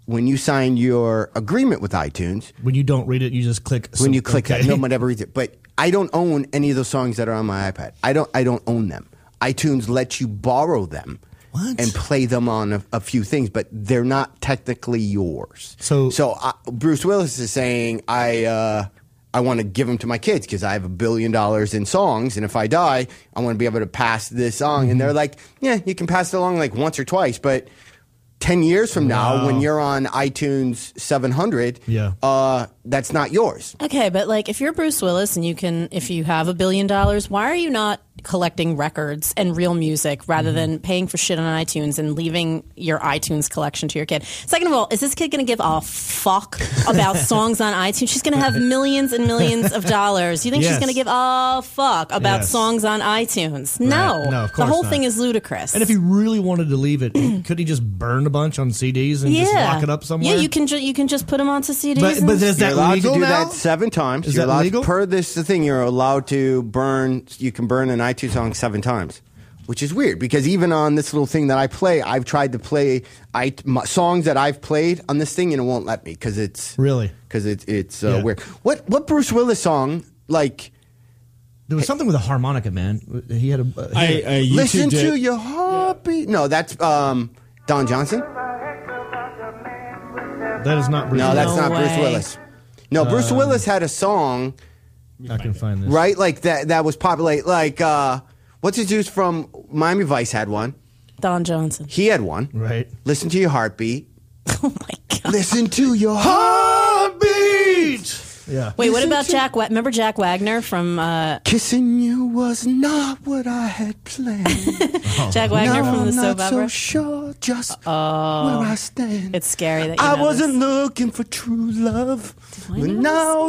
when you sign your agreement with iTunes,
when you don't read it, you just click.
when you click
okay.
that, no one ever reads it. But I don't own any of those songs that are on my iPad. I don't. I don't own them. iTunes lets you borrow them and play them on a, a few things, but they're not technically yours. So, so I, Bruce Willis is saying, I. Uh, I want to give them to my kids because I have a billion dollars in songs, and if I die, I want to be able to pass this song. And
Mm-hmm.
they're like, "Yeah, you can pass it along like once or twice, but 10 years from now,
Wow.
when you're on iTunes 700,
Yeah.
uh, that's not yours.
okay, but like, if you're Bruce Willis and you can, if you have a billion dollars, why are you not collecting records and real music rather
Mm-hmm.
than paying for shit on iTunes and leaving your iTunes collection to your kid? Second of all, is this kid going to give a fuck
<laughs>
about songs on iTunes? She's going to have millions and millions of dollars. You think she's
Yes.
going to give a fuck about
Yes.
songs on iTunes?
Right.
No,
No, of
the
course
whole
not.
thing is ludicrous.
And if he really wanted to
<clears throat>
leave it, could he just burn a bunch on CDs and just lock it up somewhere?
Yeah, you can ju- you can just put them onto CDs.
But-
and-
but there's
You're
that
allowed
legal
to do
now?
that seven times.
Is
you're
that
allowed
legal?
per this the thing. You're allowed to burn. You can burn an iTunes song seven times, which is weird because even on this little thing that I play, I've tried to play I, my, songs that I've played on this thing and it won't let me because it's
really
because it, it's uh,
Yeah.
weird. What what Bruce Willis song like?
There was something with a harmonica, man. He had a. uh, he had a-
uh, listen to your heartbeat. No, that's um, Don Johnson.
That is not Bruce.
no,
Willis.
that's not Bruce Willis. No, Bruce
Um,
Willis had a song.
I can find this.
right? Like that that was popular. Like uh, what's his dude from Miami Vice had one.
Don Johnson.
He had one.
<laughs> Right.
Listen to your heartbeat. Oh my god. Listen to your heartbeat.
Yeah.
Wait, what about Jack? Wa- remember Jack Wagner from uh,
Kissing You was not what I had planned.
<laughs> Jack Wagner
Now
from
I'm
the soap
not
opera?
So sure, just
Oh.
where I stand.
It's scary that you
I
know
wasn't looking for true love, but
know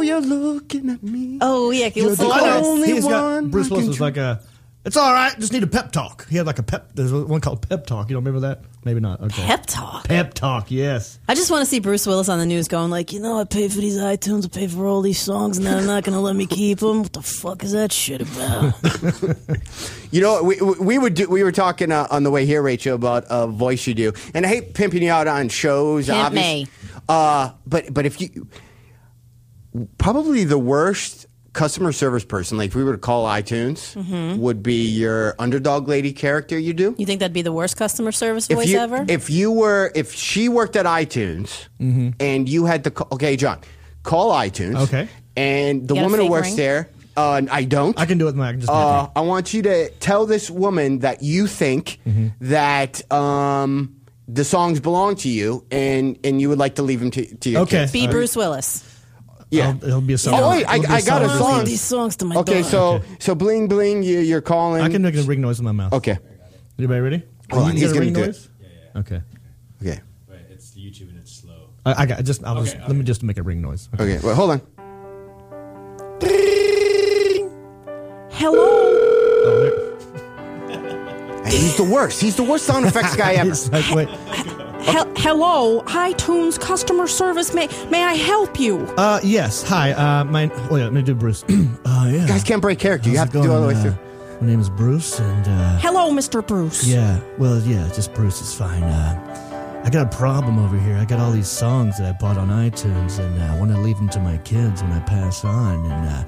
now you're looking at me.
Oh yeah,
You're the only
He's got-
one.
Bruce
I can
Willis was like a. It's all right. Just need a pep talk. He had like a pep. There's one called pep talk. You don't remember that? Maybe not. Okay.
Pep talk.
Pep talk. Yes.
I just want to see Bruce Willis on the news going like, you know, I pay for these iTunes, I pay for all these songs, and they're not going to let me keep them. What the fuck is that
<laughs>
shit about?
You know, we, we we would do. We were talking uh, on the way here, Rachel, about a voice you do, and I hate pimping you out on shows.
Pimp
obvious-
me.
Uh, but but if you probably the worst customer service person, like if we were to call iTunes,
Mhm.
Mm-hmm.
would be your underdog lady character you do.
You think that'd be the worst customer service
If
voice
you,
ever?
if you were if she worked at iTunes and you had to call, okay, John, call iTunes. Okay. And the
You got a
woman who
fake
works
ring?
there, uh, I don't. I
can do it, Mike. Just
uh, I want you to tell this woman that you think
Mm-hmm.
that um, the songs belong to you, and and you would like to leave them to, to your
Okay.
kids.
be Bruce Willis.
Yeah,
it'll be a song.
Oh wait, I,
It'll be
I got a
song.
song.
These songs to my
okay,
daughter.
so so bling bling, you, you're calling.
I can make a ring noise in my mouth.
Okay.
Anybody ready?
Hold
You
on,
get
he's
a
gonna
ring
do it.
noise? Okay.
Okay.
It's YouTube and it's slow.
I, I got. Just. I was. Let me just make a ring noise.
Okay. Well, hold on.
Hello.
Oh,
And he's the worst. He's the worst sound effects guy
<laughs>
ever.
He's like, wait.
Hel- hello, iTunes customer service. May may I help you?
Uh, yes. Hi. Uh, my. Oh yeah. Let me do Bruce. <clears throat> uh, yeah.
Guys can't break character. You
How's
have
it
to do all the way
going?
through.
Uh, my name is Bruce, and uh,
Hello, Mr. Bruce.
yeah. Well, yeah. Just Bruce is fine. Uh, I got a problem over here. I got all these songs that I bought on iTunes, and uh, I want to leave them to my kids when I pass on, and, uh,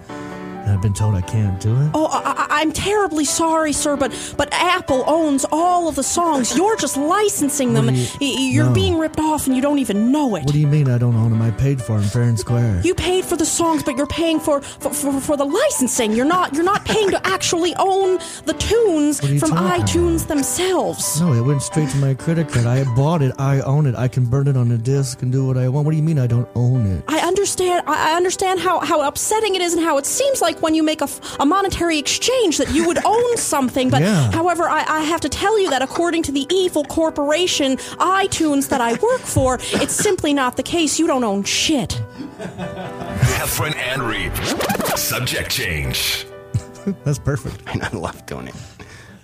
and I've been told I can't do it.
Oh, I, I, I'm terribly sorry, sir, but but Apple owns all of the songs. You're just licensing them.
What do you-
Y- y- You're
No.
being ripped off, and you don't even know it.
What do you mean I don't own them? I paid for them fair and square.
You paid for the songs, but you're paying for for, for, for the licensing. You're not you're not paying to actually own the tunes
What are you
from
talking
iTunes themselves.
No, it went straight to my credit card. I bought it. I own it. I can burn it on a disc and do what I want. What do you mean I don't own it?
I understand. I I understand how, how upsetting it is, and how it seems like when you make a, f- a monetary exchange that you would
<laughs>
own something. But
Yeah.
however, I, I have to tell you that according to the evil corporation iTunes that I work for, it's simply not the case. You don't own shit.
Heffron and Reap. Subject change.
That's perfect.
<laughs> And I love doing it.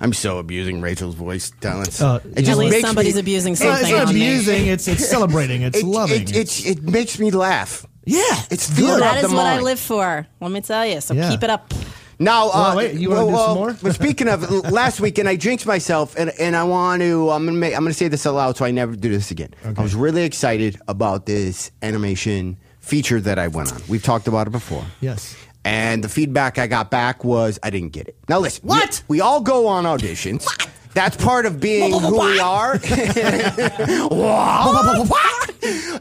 I'm so abusing Rachel's voice talents.
Uh,
It just
At least
makes
somebody's
me-
abusing
It-
something. on
<laughs>
me.
it, It, it, it makes me laugh. Yeah, it's the
Well,
good.
that
of
is
the
what I
mind.
live for. Let me tell you. So
Yeah.
keep it up.
Now, uh,
Well, wait, you wanna
well,
do some
well,
more?
but speaking
<laughs>
of l- last weekend, I jinxed myself, and, and I want to. I'm gonna make, I'm gonna say this out loud, so I never do this again. I was really excited about this animation feature that I went on. We've talked about it before.
Yes.
And the feedback I got back was I didn't get it. Now listen, what? We, we all go on auditions. That's part of being who we are. <laughs> what?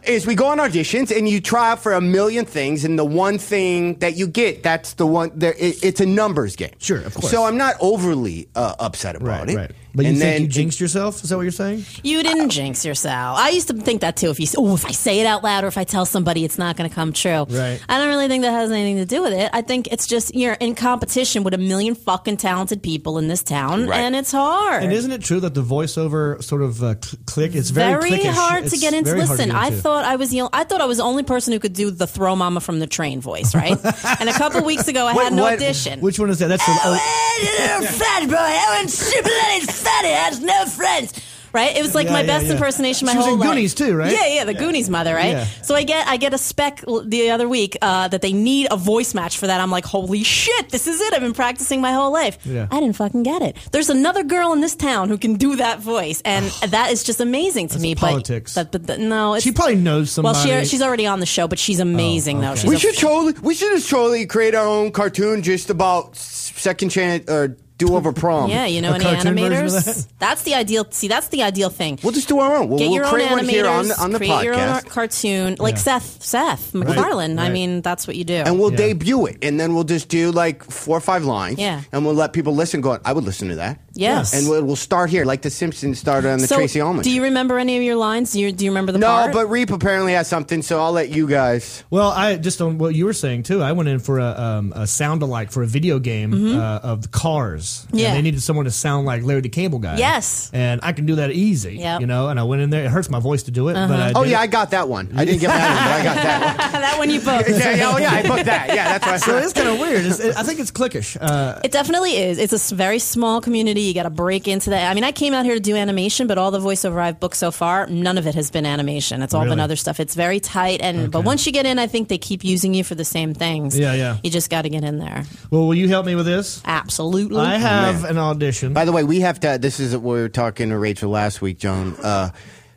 Is we go on auditions and you try out for a million things, and the one thing that you get, that's the one. There, it, it's a numbers game. Sure, of
course.
So I'm not overly uh, upset about it.
right. But you
And
think
then-
you jinxed yourself? Is that what you're saying?
You didn't jinx yourself. I used to think that too. If you, oh, if I say it out loud or if I tell somebody, it's not going to come true.
Right.
I don't really think that has anything to do with it. I think it's just you're in competition with a million fucking talented people in this town,
Right.
and it's hard.
And isn't it true that the voiceover sort of uh, cl- click? It's very clickish.
hard to
It's
get into.
very hard to
Listen,
get
I
into.
thought I was the only, I thought I was the only person who could do the throw mama from the train
<laughs>
voice, right? and a couple weeks ago, I
Wait,
had an
what-
audition.
Which one is that? That's the. Oh,
fat boy, Ellen Superland fatty has no friends. Right? It was like
Yeah,
my
yeah,
best
yeah.
impersonation my
She was
whole
in
life.
Goonies too, right?
Yeah, yeah, the Goonies mother, right?
Yeah.
So I get I get a spec l- the other week uh, that they need a voice match for that. I'm like, holy shit, this is it. I've been practicing my whole life.
Yeah.
I didn't fucking get it. There's another girl in this town who can do that voice,
<sighs>
and that is just amazing to me.
politics.
But, but, but no, it's,
she probably knows
well,
somebody. Oh,
she, she's already on the show, but she's amazing though. She's
we
a
should totally, we should just totally create our own cartoon just about s- second chance or do over prom.
Yeah, you know any animators? That's the ideal. See, that's the ideal thing.
We'll just do our own. We'll,
Get
we'll
your own
create
animators.
one here on the, on the
create your own
podcast.
art- cartoon, like
Yeah.
Seth, Seth
Right.
MacFarlane. I
Right.
mean, that's what you do.
and we'll debut it, and then we'll just do like four or five lines.
Yeah.
and we'll let people listen. Going, I would listen to that.
Yes.
And it will start here, like The Simpsons started on the
so,
Tracy Ullman.
do you remember any of your lines? Do you, do you remember the
no,
part?
but Reap apparently has something, so I'll let you guys.
Well, I just on what you were saying too. I went in for a, um, a sound alike for a video game
Mhm.
uh, of the Cars.
Yeah.
and they needed someone to sound like Larry the Cable Guy.
Yes.
and I can do that e- easy.
Yep.
you know. And I went in there. It hurts my voice to do it, but I
oh
did
yeah,
<laughs> it.
I got that one. I didn't get
<laughs>
that one, but I got that one.
that one you booked.
<laughs> Yeah, yeah, oh, yeah, I booked that. Yeah, that's what I
So
said.
it's kind of weird. It's, it, I think it's cliquish. Uh,
It definitely is. It's a s- very small community. You got to break into that. I mean, I came out here to do animation, but all the voiceover I've booked so far, none of it has been animation. It's all been
Really?
other stuff. It's very tight, and but once you get in, I think they keep using you for the same things.
Yeah, yeah.
You just got to get in there.
well, will you help me with this?
Absolutely.
I have an audition.
By the way, we have to. This is what we were talking to Rachel last week, Joan. Uh,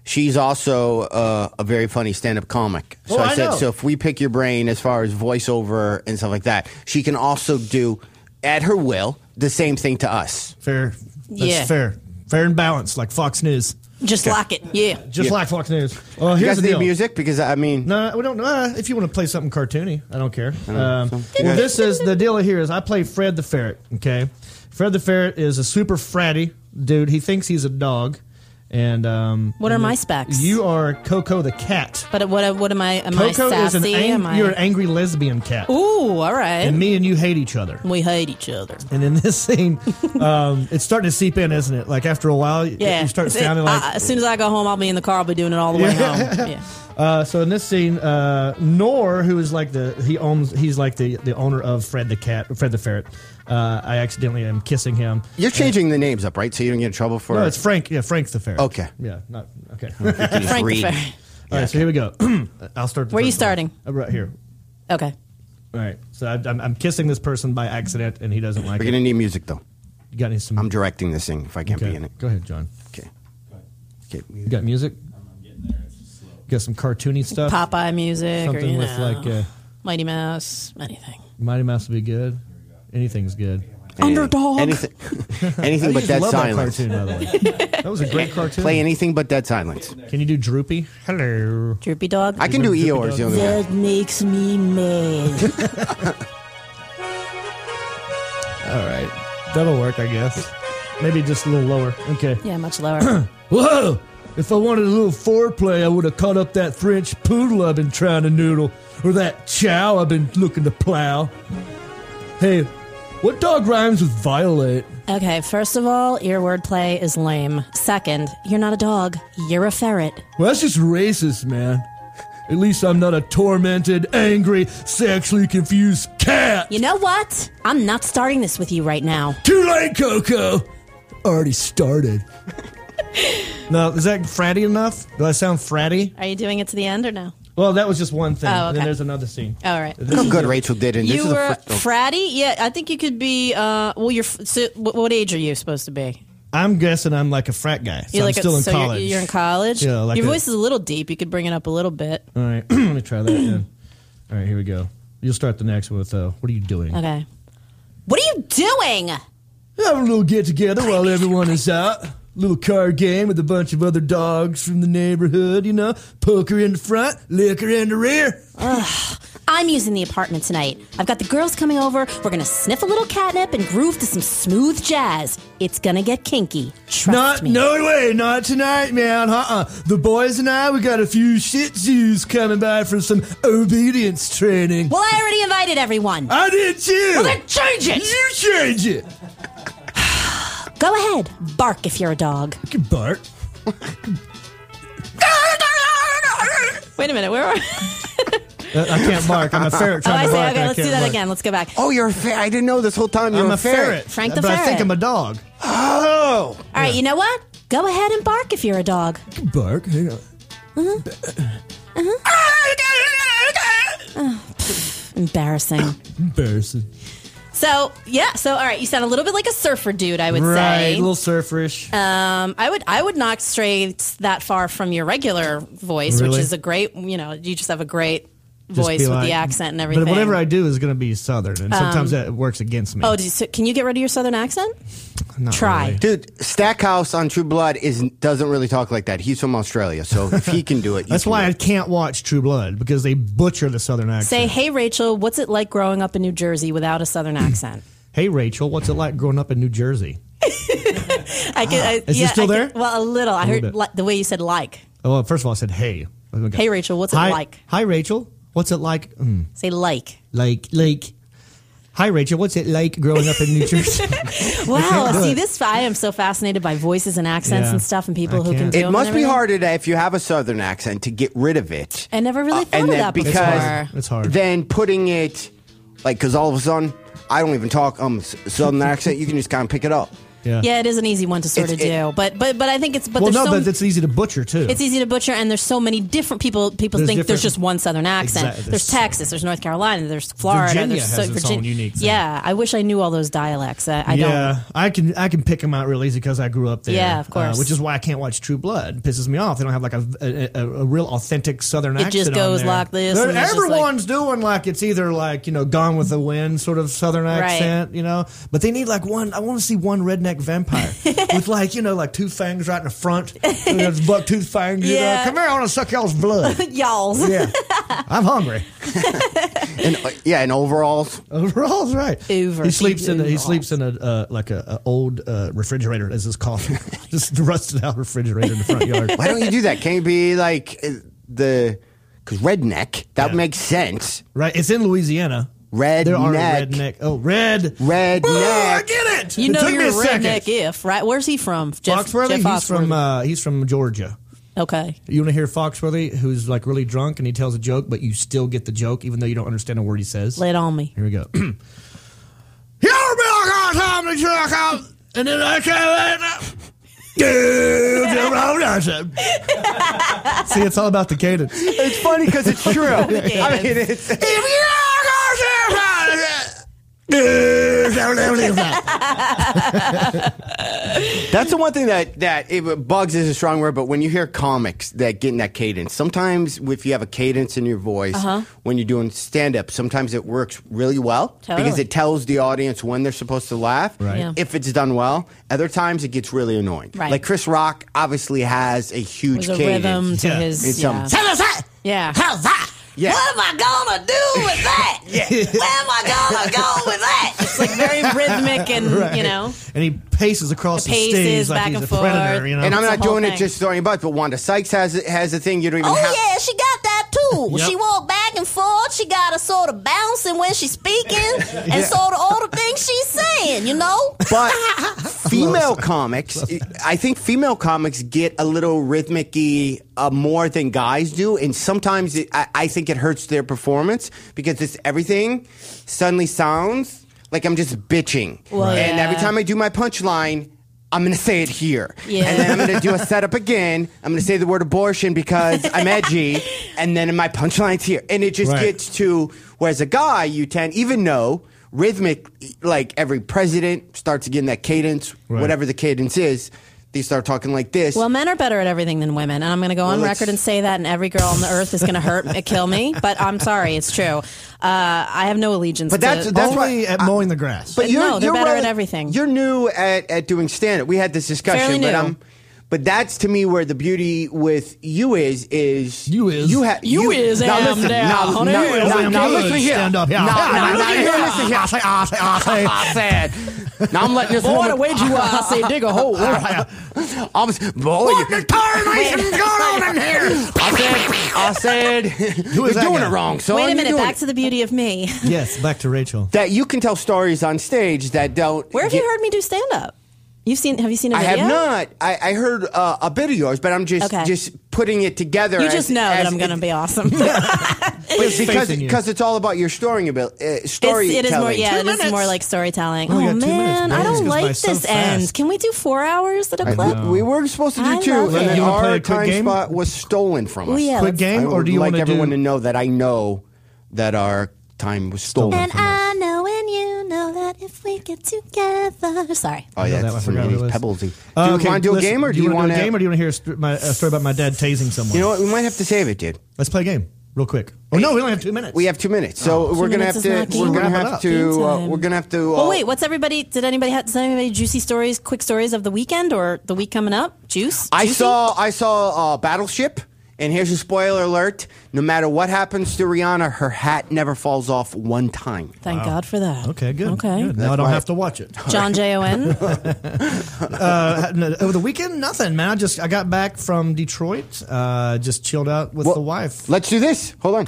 she's also uh, a very funny stand-up comic. So
Oh, I
said,
know.
so if we pick your brain as far as voiceover and stuff like that, she can also do at her will the same thing to us.
Fair. That's
Yeah.
fair. Fair and balanced, like Fox News.
Just lock it. Yeah.
Just
Yeah.
like Fox News. Well,
you
here's
guys
the
need
deal.
music because I mean,
No, we don't. Uh, if you want to play something cartoony, I don't care.
I know,
Um,
so-
well, this is the deal here is I play Fred the ferret. Okay, Fred the ferret is a super fratty dude. He thinks he's a dog, and um,
What are
and
my specs?
You are Coco the cat.
But what? What am I? Am I
Coco is
sassy?
an
am I?
angry, you're an angry lesbian cat.
Ooh, all right.
And me and you hate each other.
we hate each other.
And in
<laughs>
this scene, um, it's starting to seep in, isn't it? Like after a while, y-
Yeah.
you start
It-
sounding like
I- as soon as I go home, I'll be in the car. I'll be doing it all the way
Yeah.
home. Yeah.
<laughs> Uh, so in this scene, uh, Nor, who is like the he owns he's like the the owner of Fred the cat, Fred the ferret. Uh, I accidentally am kissing him.
you're changing the names up, right? So you don't get in trouble for
No, it's Frank. Yeah, Frank the ferret.
Okay.
Yeah. Not okay.
I don't know if you
<laughs>
can just <laughs> Frank the read. ferret.
All right. So here we go. <clears throat> I'll start. The
Where are you
first one.
starting?
Uh, Right here.
Okay.
All right. So I, I'm, I'm kissing this person by accident, and he doesn't like
We're
it.
gonna need music though.
You got any some?
I'm directing this thing if I can't
Okay.
be in it.
Go ahead, John.
Okay. Okay.
You got music? Got some cartoony stuff.
Popeye music or
Something
you
with
know,
like uh,
Mighty Mouse, anything.
Mighty Mouse would be good. Anything's good.
Underdog.
Anything, anything
I
but
used to
dead
love that
silence.
cartoon, by the <laughs> That was a great cartoon.
Play anything but dead silence.
Can you do Droopy? Hello.
Droopy Dog.
I can do
Droopy
Eeyore's
Dog.
the only one.
makes me mad.
All right. That'll work, I guess. Maybe just a little lower. Okay.
yeah, much
<clears throat>
lower.
Whoa! If I wanted a little foreplay, I would have caught up that French poodle I've been trying to noodle, or that chow I've been looking to plow. Hey, what dog rhymes with violate?
okay, first of all, your wordplay is lame. Second, you're not a dog. You're a ferret.
Well, that's just racist, man. At least I'm not a tormented, angry, sexually confused cat.
You know what? I'm not starting this with you right now.
Too late, Coco. Already started. <laughs> now, is that fratty enough? Do I sound fratty?
Are you doing it to the end or no?
Well, that was just one
Oh,
thing. And then
okay.
there's another scene.
All right.
Look how good Rachel did in this.
you
is the
were
fir- oh.
fratty? Yeah, I think you could be. Uh, well, you're. f- So, what, what age are you supposed to be?
I'm guessing I'm like a frat guy. So
you're
I'm still in
so
college.
You're, you're in college.
Yeah, like
your
a-
voice is a little deep. You could bring it up a little bit.
All right, <clears throat> let me try that then. All right, here we go. You'll start the next one with, uh, what are you doing?
Okay. What are you doing?
Have a little get together while everyone is out. Little card game with a bunch of other dogs from the neighborhood, you know. Poker in the front, liquor in the rear.
Ugh. I'm using the apartment tonight. I've got the girls coming over. We're gonna sniff a little catnip and groove to some smooth jazz. It's gonna get kinky. Trust
not,
me.
no way, not tonight, man. Uh-uh. The boys and I, we got a few shih tzus coming by for some obedience training.
Well, I already invited everyone.
I did too.
Well, then change it.
You change it.
Go ahead, bark if you're a dog.
You can
<laughs>
bark. Uh,
Wait a minute, where are?
Uh, I can't bark. I'm a ferret
oh, I
trying to
see.
bark.
Okay,
I
let's do
can't
that
bark.
again. Let's go back.
Oh, you're a ferret. I didn't know this whole time you
I'm
were
a ferret.
Frank the
but I think
ferret.
I'm a dog.
Oh.
All right, you know what? Go ahead and bark if you're a dog.
Bark. Hang on.
Mm-hmm. Oh, pff, embarrassing.
<coughs> Embarrassing.
So yeah, so all right, you sound a little bit like a surfer dude, I would
right,
say.
little surferish.
Um, I would I would not stray that far from your regular voice,
Really?
which is a great you know you just have a great
Just
voice
be
with
like-
the accent and everything.
But whatever I do is going to be southern, and sometimes
Um,
that works against me.
oh, do you, so can you get rid of your southern accent?
Not
try.
really.
Dude, Stackhouse on True Blood is doesn't really talk like that. He's from Australia, so if he can do it, you
That's
can
why I <laughs> can't watch True Blood because they butcher the southern accent.
Say, hey Rachel, what's it like growing
Hmm.
up in New Jersey without a southern accent?
hey Rachel, what's it like growing up in New Jersey?
I could. I,
Ah. Is this
yeah,
still
I
there?
could- well, a little. I
A little
heard
bit.
li- the way you said like.
Oh, well, first of all, I said, hey.
Hey, Rachel, what's it
Hi-
like?
Hi, Rachel. What's it like? Mm,
Say like.
like, like. Hi, Rachel. What's it like growing up in
<laughs>
New Jersey?
Wow.
can't do
See
it.
this. I am so fascinated by voices and accents
Yeah.
and stuff and people who can do 'em
It
and
must be
everything.
harder to, if you have a southern accent to get rid of it. Uh,
I never really thought of
then
that before.
It's hard.
Then putting it, like, because all of a sudden, I don't even talk um s- southern accent. You can just kind of pick it up.
Yeah, it is an easy one to sort of
It's-
do, but but but I think it's but
well, no,
there's so
but it's easy to butcher too.
It's easy to butcher, and there's so many different people. People
There's
think
different-
there's just one Southern accent.
Exactly.
There's,
There's-
Texas. There's North Carolina. There's Florida.
Virginia
there's
has
so,
its own unique thing.
Yeah, I wish I knew all those dialects. I, I
yeah,
<laughs> don't.
I can I can pick them out real easy because I grew up there.
Yeah, of
uh,
course.
which is why I can't watch True Blood. It pisses me off. They don't have like a a, a, a real authentic Southern
It
accent.
just
on
goes
there.
like this,
They're-
and it's just like-
Everyone's doing like it's either like you know Gone with the Wind sort of Southern
Right.
accent, you know. But they need like one. I want to see one
<laughs>
redneck vampire with like you know like two fangs right in the front, you know, buck tooth fangs. you know,
Yeah.
come here, I want to suck y'all's
<laughs>
blood.
Y'all's.
Yeah, I'm hungry.
and, uh, yeah, and overalls.
<laughs> Overalls, right?
Over.
He sleeps in a, he sleeps in a uh, like a, a old uh, refrigerator as his coffin, <laughs> just rusted out refrigerator in the
<laughs>
front yard.
Why don't you do that? Can you be like uh, the because redneck? That makes sense,
right? It's in Louisiana.
Redneck.
There are redneck. Oh, red.
Redneck.
I get it.
You know
it took
you're
me
a
a second.
redneck if right. Where's he from? Jeff,
Foxworthy.
Jeff
he's from uh, he's from Georgia.
Okay.
You want to hear Foxworthy, who's like really drunk and he tells a joke, but you still get the joke even though you don't understand a word he says.
Lay it on me.
Here we go. <clears throat> you ever been on time to check out, and then I came in. Dude, you're wrong, I said.
<laughs>
See, it's all about the cadence.
It's funny because <laughs> it's true. I mean, it's. That's the one thing that that it, bugs is a strong word, but when you hear comics that get in that cadence, sometimes if you have a cadence in your voice
Uh-huh.
when you're doing stand up, sometimes it works really well
Totally.
because it tells the audience when they're supposed to laugh.
Right. Yeah.
If it's done well, other times it gets really annoying.
Right.
Like Chris Rock obviously has a huge
There's a
cadence.
rhythm to
In
his.
some-
Yeah. Yeah. How's that?
Yeah.
What am I gonna do with
<laughs>
that? Where am I gonna go with that? It's like
<laughs>
very rhythmic and <laughs> you
Right.
know.
And he paces across
He
the
paces
stage like
back
he's
and
a predator,
forth.
you know.
And I'm
It's
not
the whole
doing
thing.
it just throwing butts, but Wanda Sykes has has a thing you don't even
Oh
have.
yeah, she got that too.
Yep.
She walked back and forth. She got a sort of bouncing when she's
<laughs>
speaking, and
Yeah.
sort of all the things she's saying. You know. <laughs>
But female comics, I think female comics get a little rhythmicy uh, more than guys do, and sometimes it, I, I think it hurts their performance because it's everything suddenly sounds like I'm just bitching,
Well,
and
yeah.
every time I do my punchline. I'm gonna say it here,
Yeah.
and then I'm gonna
<laughs>
do a setup again. I'm gonna say the word abortion because I'm
<laughs>
edgy, and then my punchline's here, and it just
Right.
gets to whereas a guy you tend even though rhythmic like every president starts getting that cadence
Right.
whatever the cadence is they start talking like this
Well, men are better at everything than women, and I'm going to go on
Well,
record and say that, and every girl on the earth is going to hurt and
<laughs>
kill me. But I'm sorry, it's true. Uh, I have no allegiance.
But that's-
to,
that's why-
Only at mowing the grass.
But no, they're better
rel-
at everything.
you're new at, at doing stand up we had this discussion but
Fairly new.
um but that's to me where the beauty with you is is you is you have
You is
now
am
listen
down,
now,
honey.
now,
You is
now,
am
now
good.
listen here
Stand up, yeah.
now, now,
Yeah, now
now,
look
here,
here.
listen here I say I say I say <laughs> I said now I'm letting this
Boy,
woman
the way you are, I say dig a
<laughs>
hole.
I was boy
What
you-
determination's going on in here?
I
<laughs>
said, I said, you're
that
doing
guy?
it wrong. So
Oh, Wait a minute. Back to the beauty of me.
<laughs>
yes, back to Rachel.
that you can tell stories on stage that don't.
Where have you heard me do stand up? You've seen? Have you seen a
I
video?
have not. I, I heard uh, a bit of yours, but I'm just
Okay.
just putting it together.
You
as-
just know that
as
I'm
it-
going to
<laughs>
be awesome.
but because
faith in you.
because it's all about your story about uh,
It's,
storytelling.
it is more, yeah, it is more like storytelling.
Oh,
Oh,
we got two minutes,
man,
man.
I
This
don't
goes by
like
so
this
fast.
end. Can we do four hours at a clip?
We we were supposed to do
I
two,
love
and
it.
then
You wanna
our
play a quick
time
game?
spot was stolen from
Oh,
us.
yeah, Quick let's- game,
I
or
would
do you
like
wanna
everyone
do-
to know that I know that our time was stolen.
And
from us.
I know and you know that if we get together, sorry.
Oh yeah,
that
it's
one, I
some
forgot
of
what
these
it
pebbles. Do you
Uh, okay,
want to do a
listen,
game, or do you
wanna
want
do a game,
to?
or do you want to hear a, st- my, a story about my dad tasing someone?
You know what? We might have to save it, dude.
Let's play a game real quick. Oh no, we only have two minutes.
We have two minutes, so
Oh.
we're gonna
Two minutes
have
is
to.
not game
We're gonna
time.
have
Game
to. Uh,
time. Oh,
we're gonna have to. Uh,
Well, Oh, wait. What's everybody? Did anybody have? Does anybody juicy stories, quick stories of the weekend or the week coming up? Juice.
I saw. I saw uh, Battleship, And here's a spoiler alert no matter what happens to Rihanna, her hat never falls off one time.
Thank God for that.
Okay, good.
Okay.
Good. Now I don't have to watch it.
John J O N.
uh, no, over the weekend, nothing, man. I just I got back from Detroit, uh, just chilled out with the wife.
Let's do this. Hold on.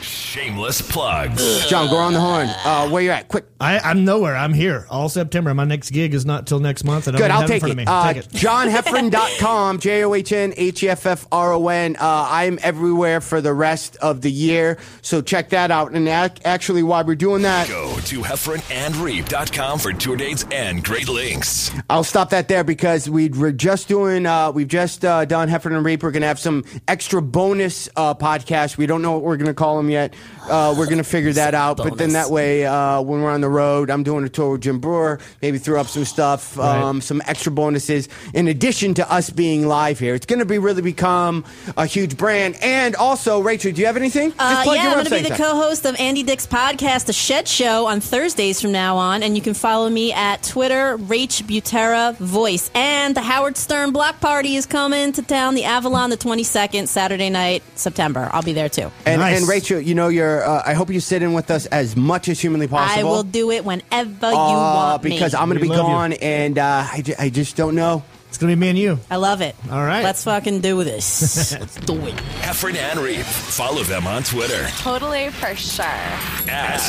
Shameless plugs.
John, go on the horn. Uh, where you at? Quick.
I, I'm nowhere. I'm here all September. My next gig is not till next month. And I
Good,
don't
I'll
have it
take it.
in front
Uh,
Of me. take
<laughs>
it.
JohnHeffron.com, J O H N H E F F R O N. Uh, I'm everywhere for the rest of the year, so check that out. And ac- actually, while we're doing that,
Go to heffronandreap.com for tour dates and great links.
I'll stop that there because we we're just doing, uh, we've just uh, done Heffernan and Reap. We're going to have some extra bonus uh, podcasts. We don't know what we're going to call them yet. Uh, we're going to figure that out. But then that way, uh, when we're on the road, I'm doing a tour with Jim Brewer, maybe throw up some stuff, um, some extra bonuses in addition to us being live here. It's going to be really become a huge brand. And also, Rachel, do you have anything?
Uh, yeah, I'm going to be the
then.
co-host of Andy Dick's podcast, The Shed Show, on Thursdays from now on, and you can follow me at Twitter, Rach Butera Voice, and the Howard Stern Block Party is coming to town, the Avalon, the 22nd, Saturday night, September. I'll be there too.
and, and Rachel, you know, you're, uh, I hope you sit in with us as much as humanly possible.
I will do it whenever you
Uh,
want me.
because I'm going to be gone, and uh, I, ju- I just don't know.
It's going to be me and you.
I love it. All right, let's fucking do
<laughs>
this. let's do it.
Heffron and Reap. Follow them on Twitter
Totally for sure.
at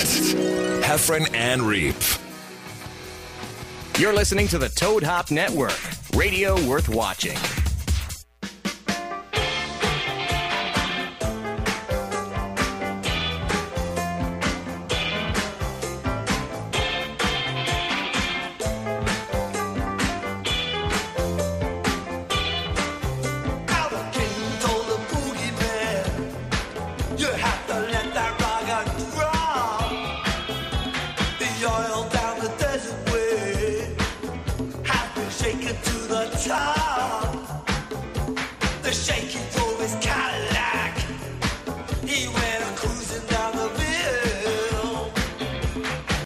Heffron and Reap.
You're listening to the Toad Hop Network, radio worth watching.
You have to let that rock and roll. The oil down the desert way has been shaken to the top. The shaking through his Cadillac.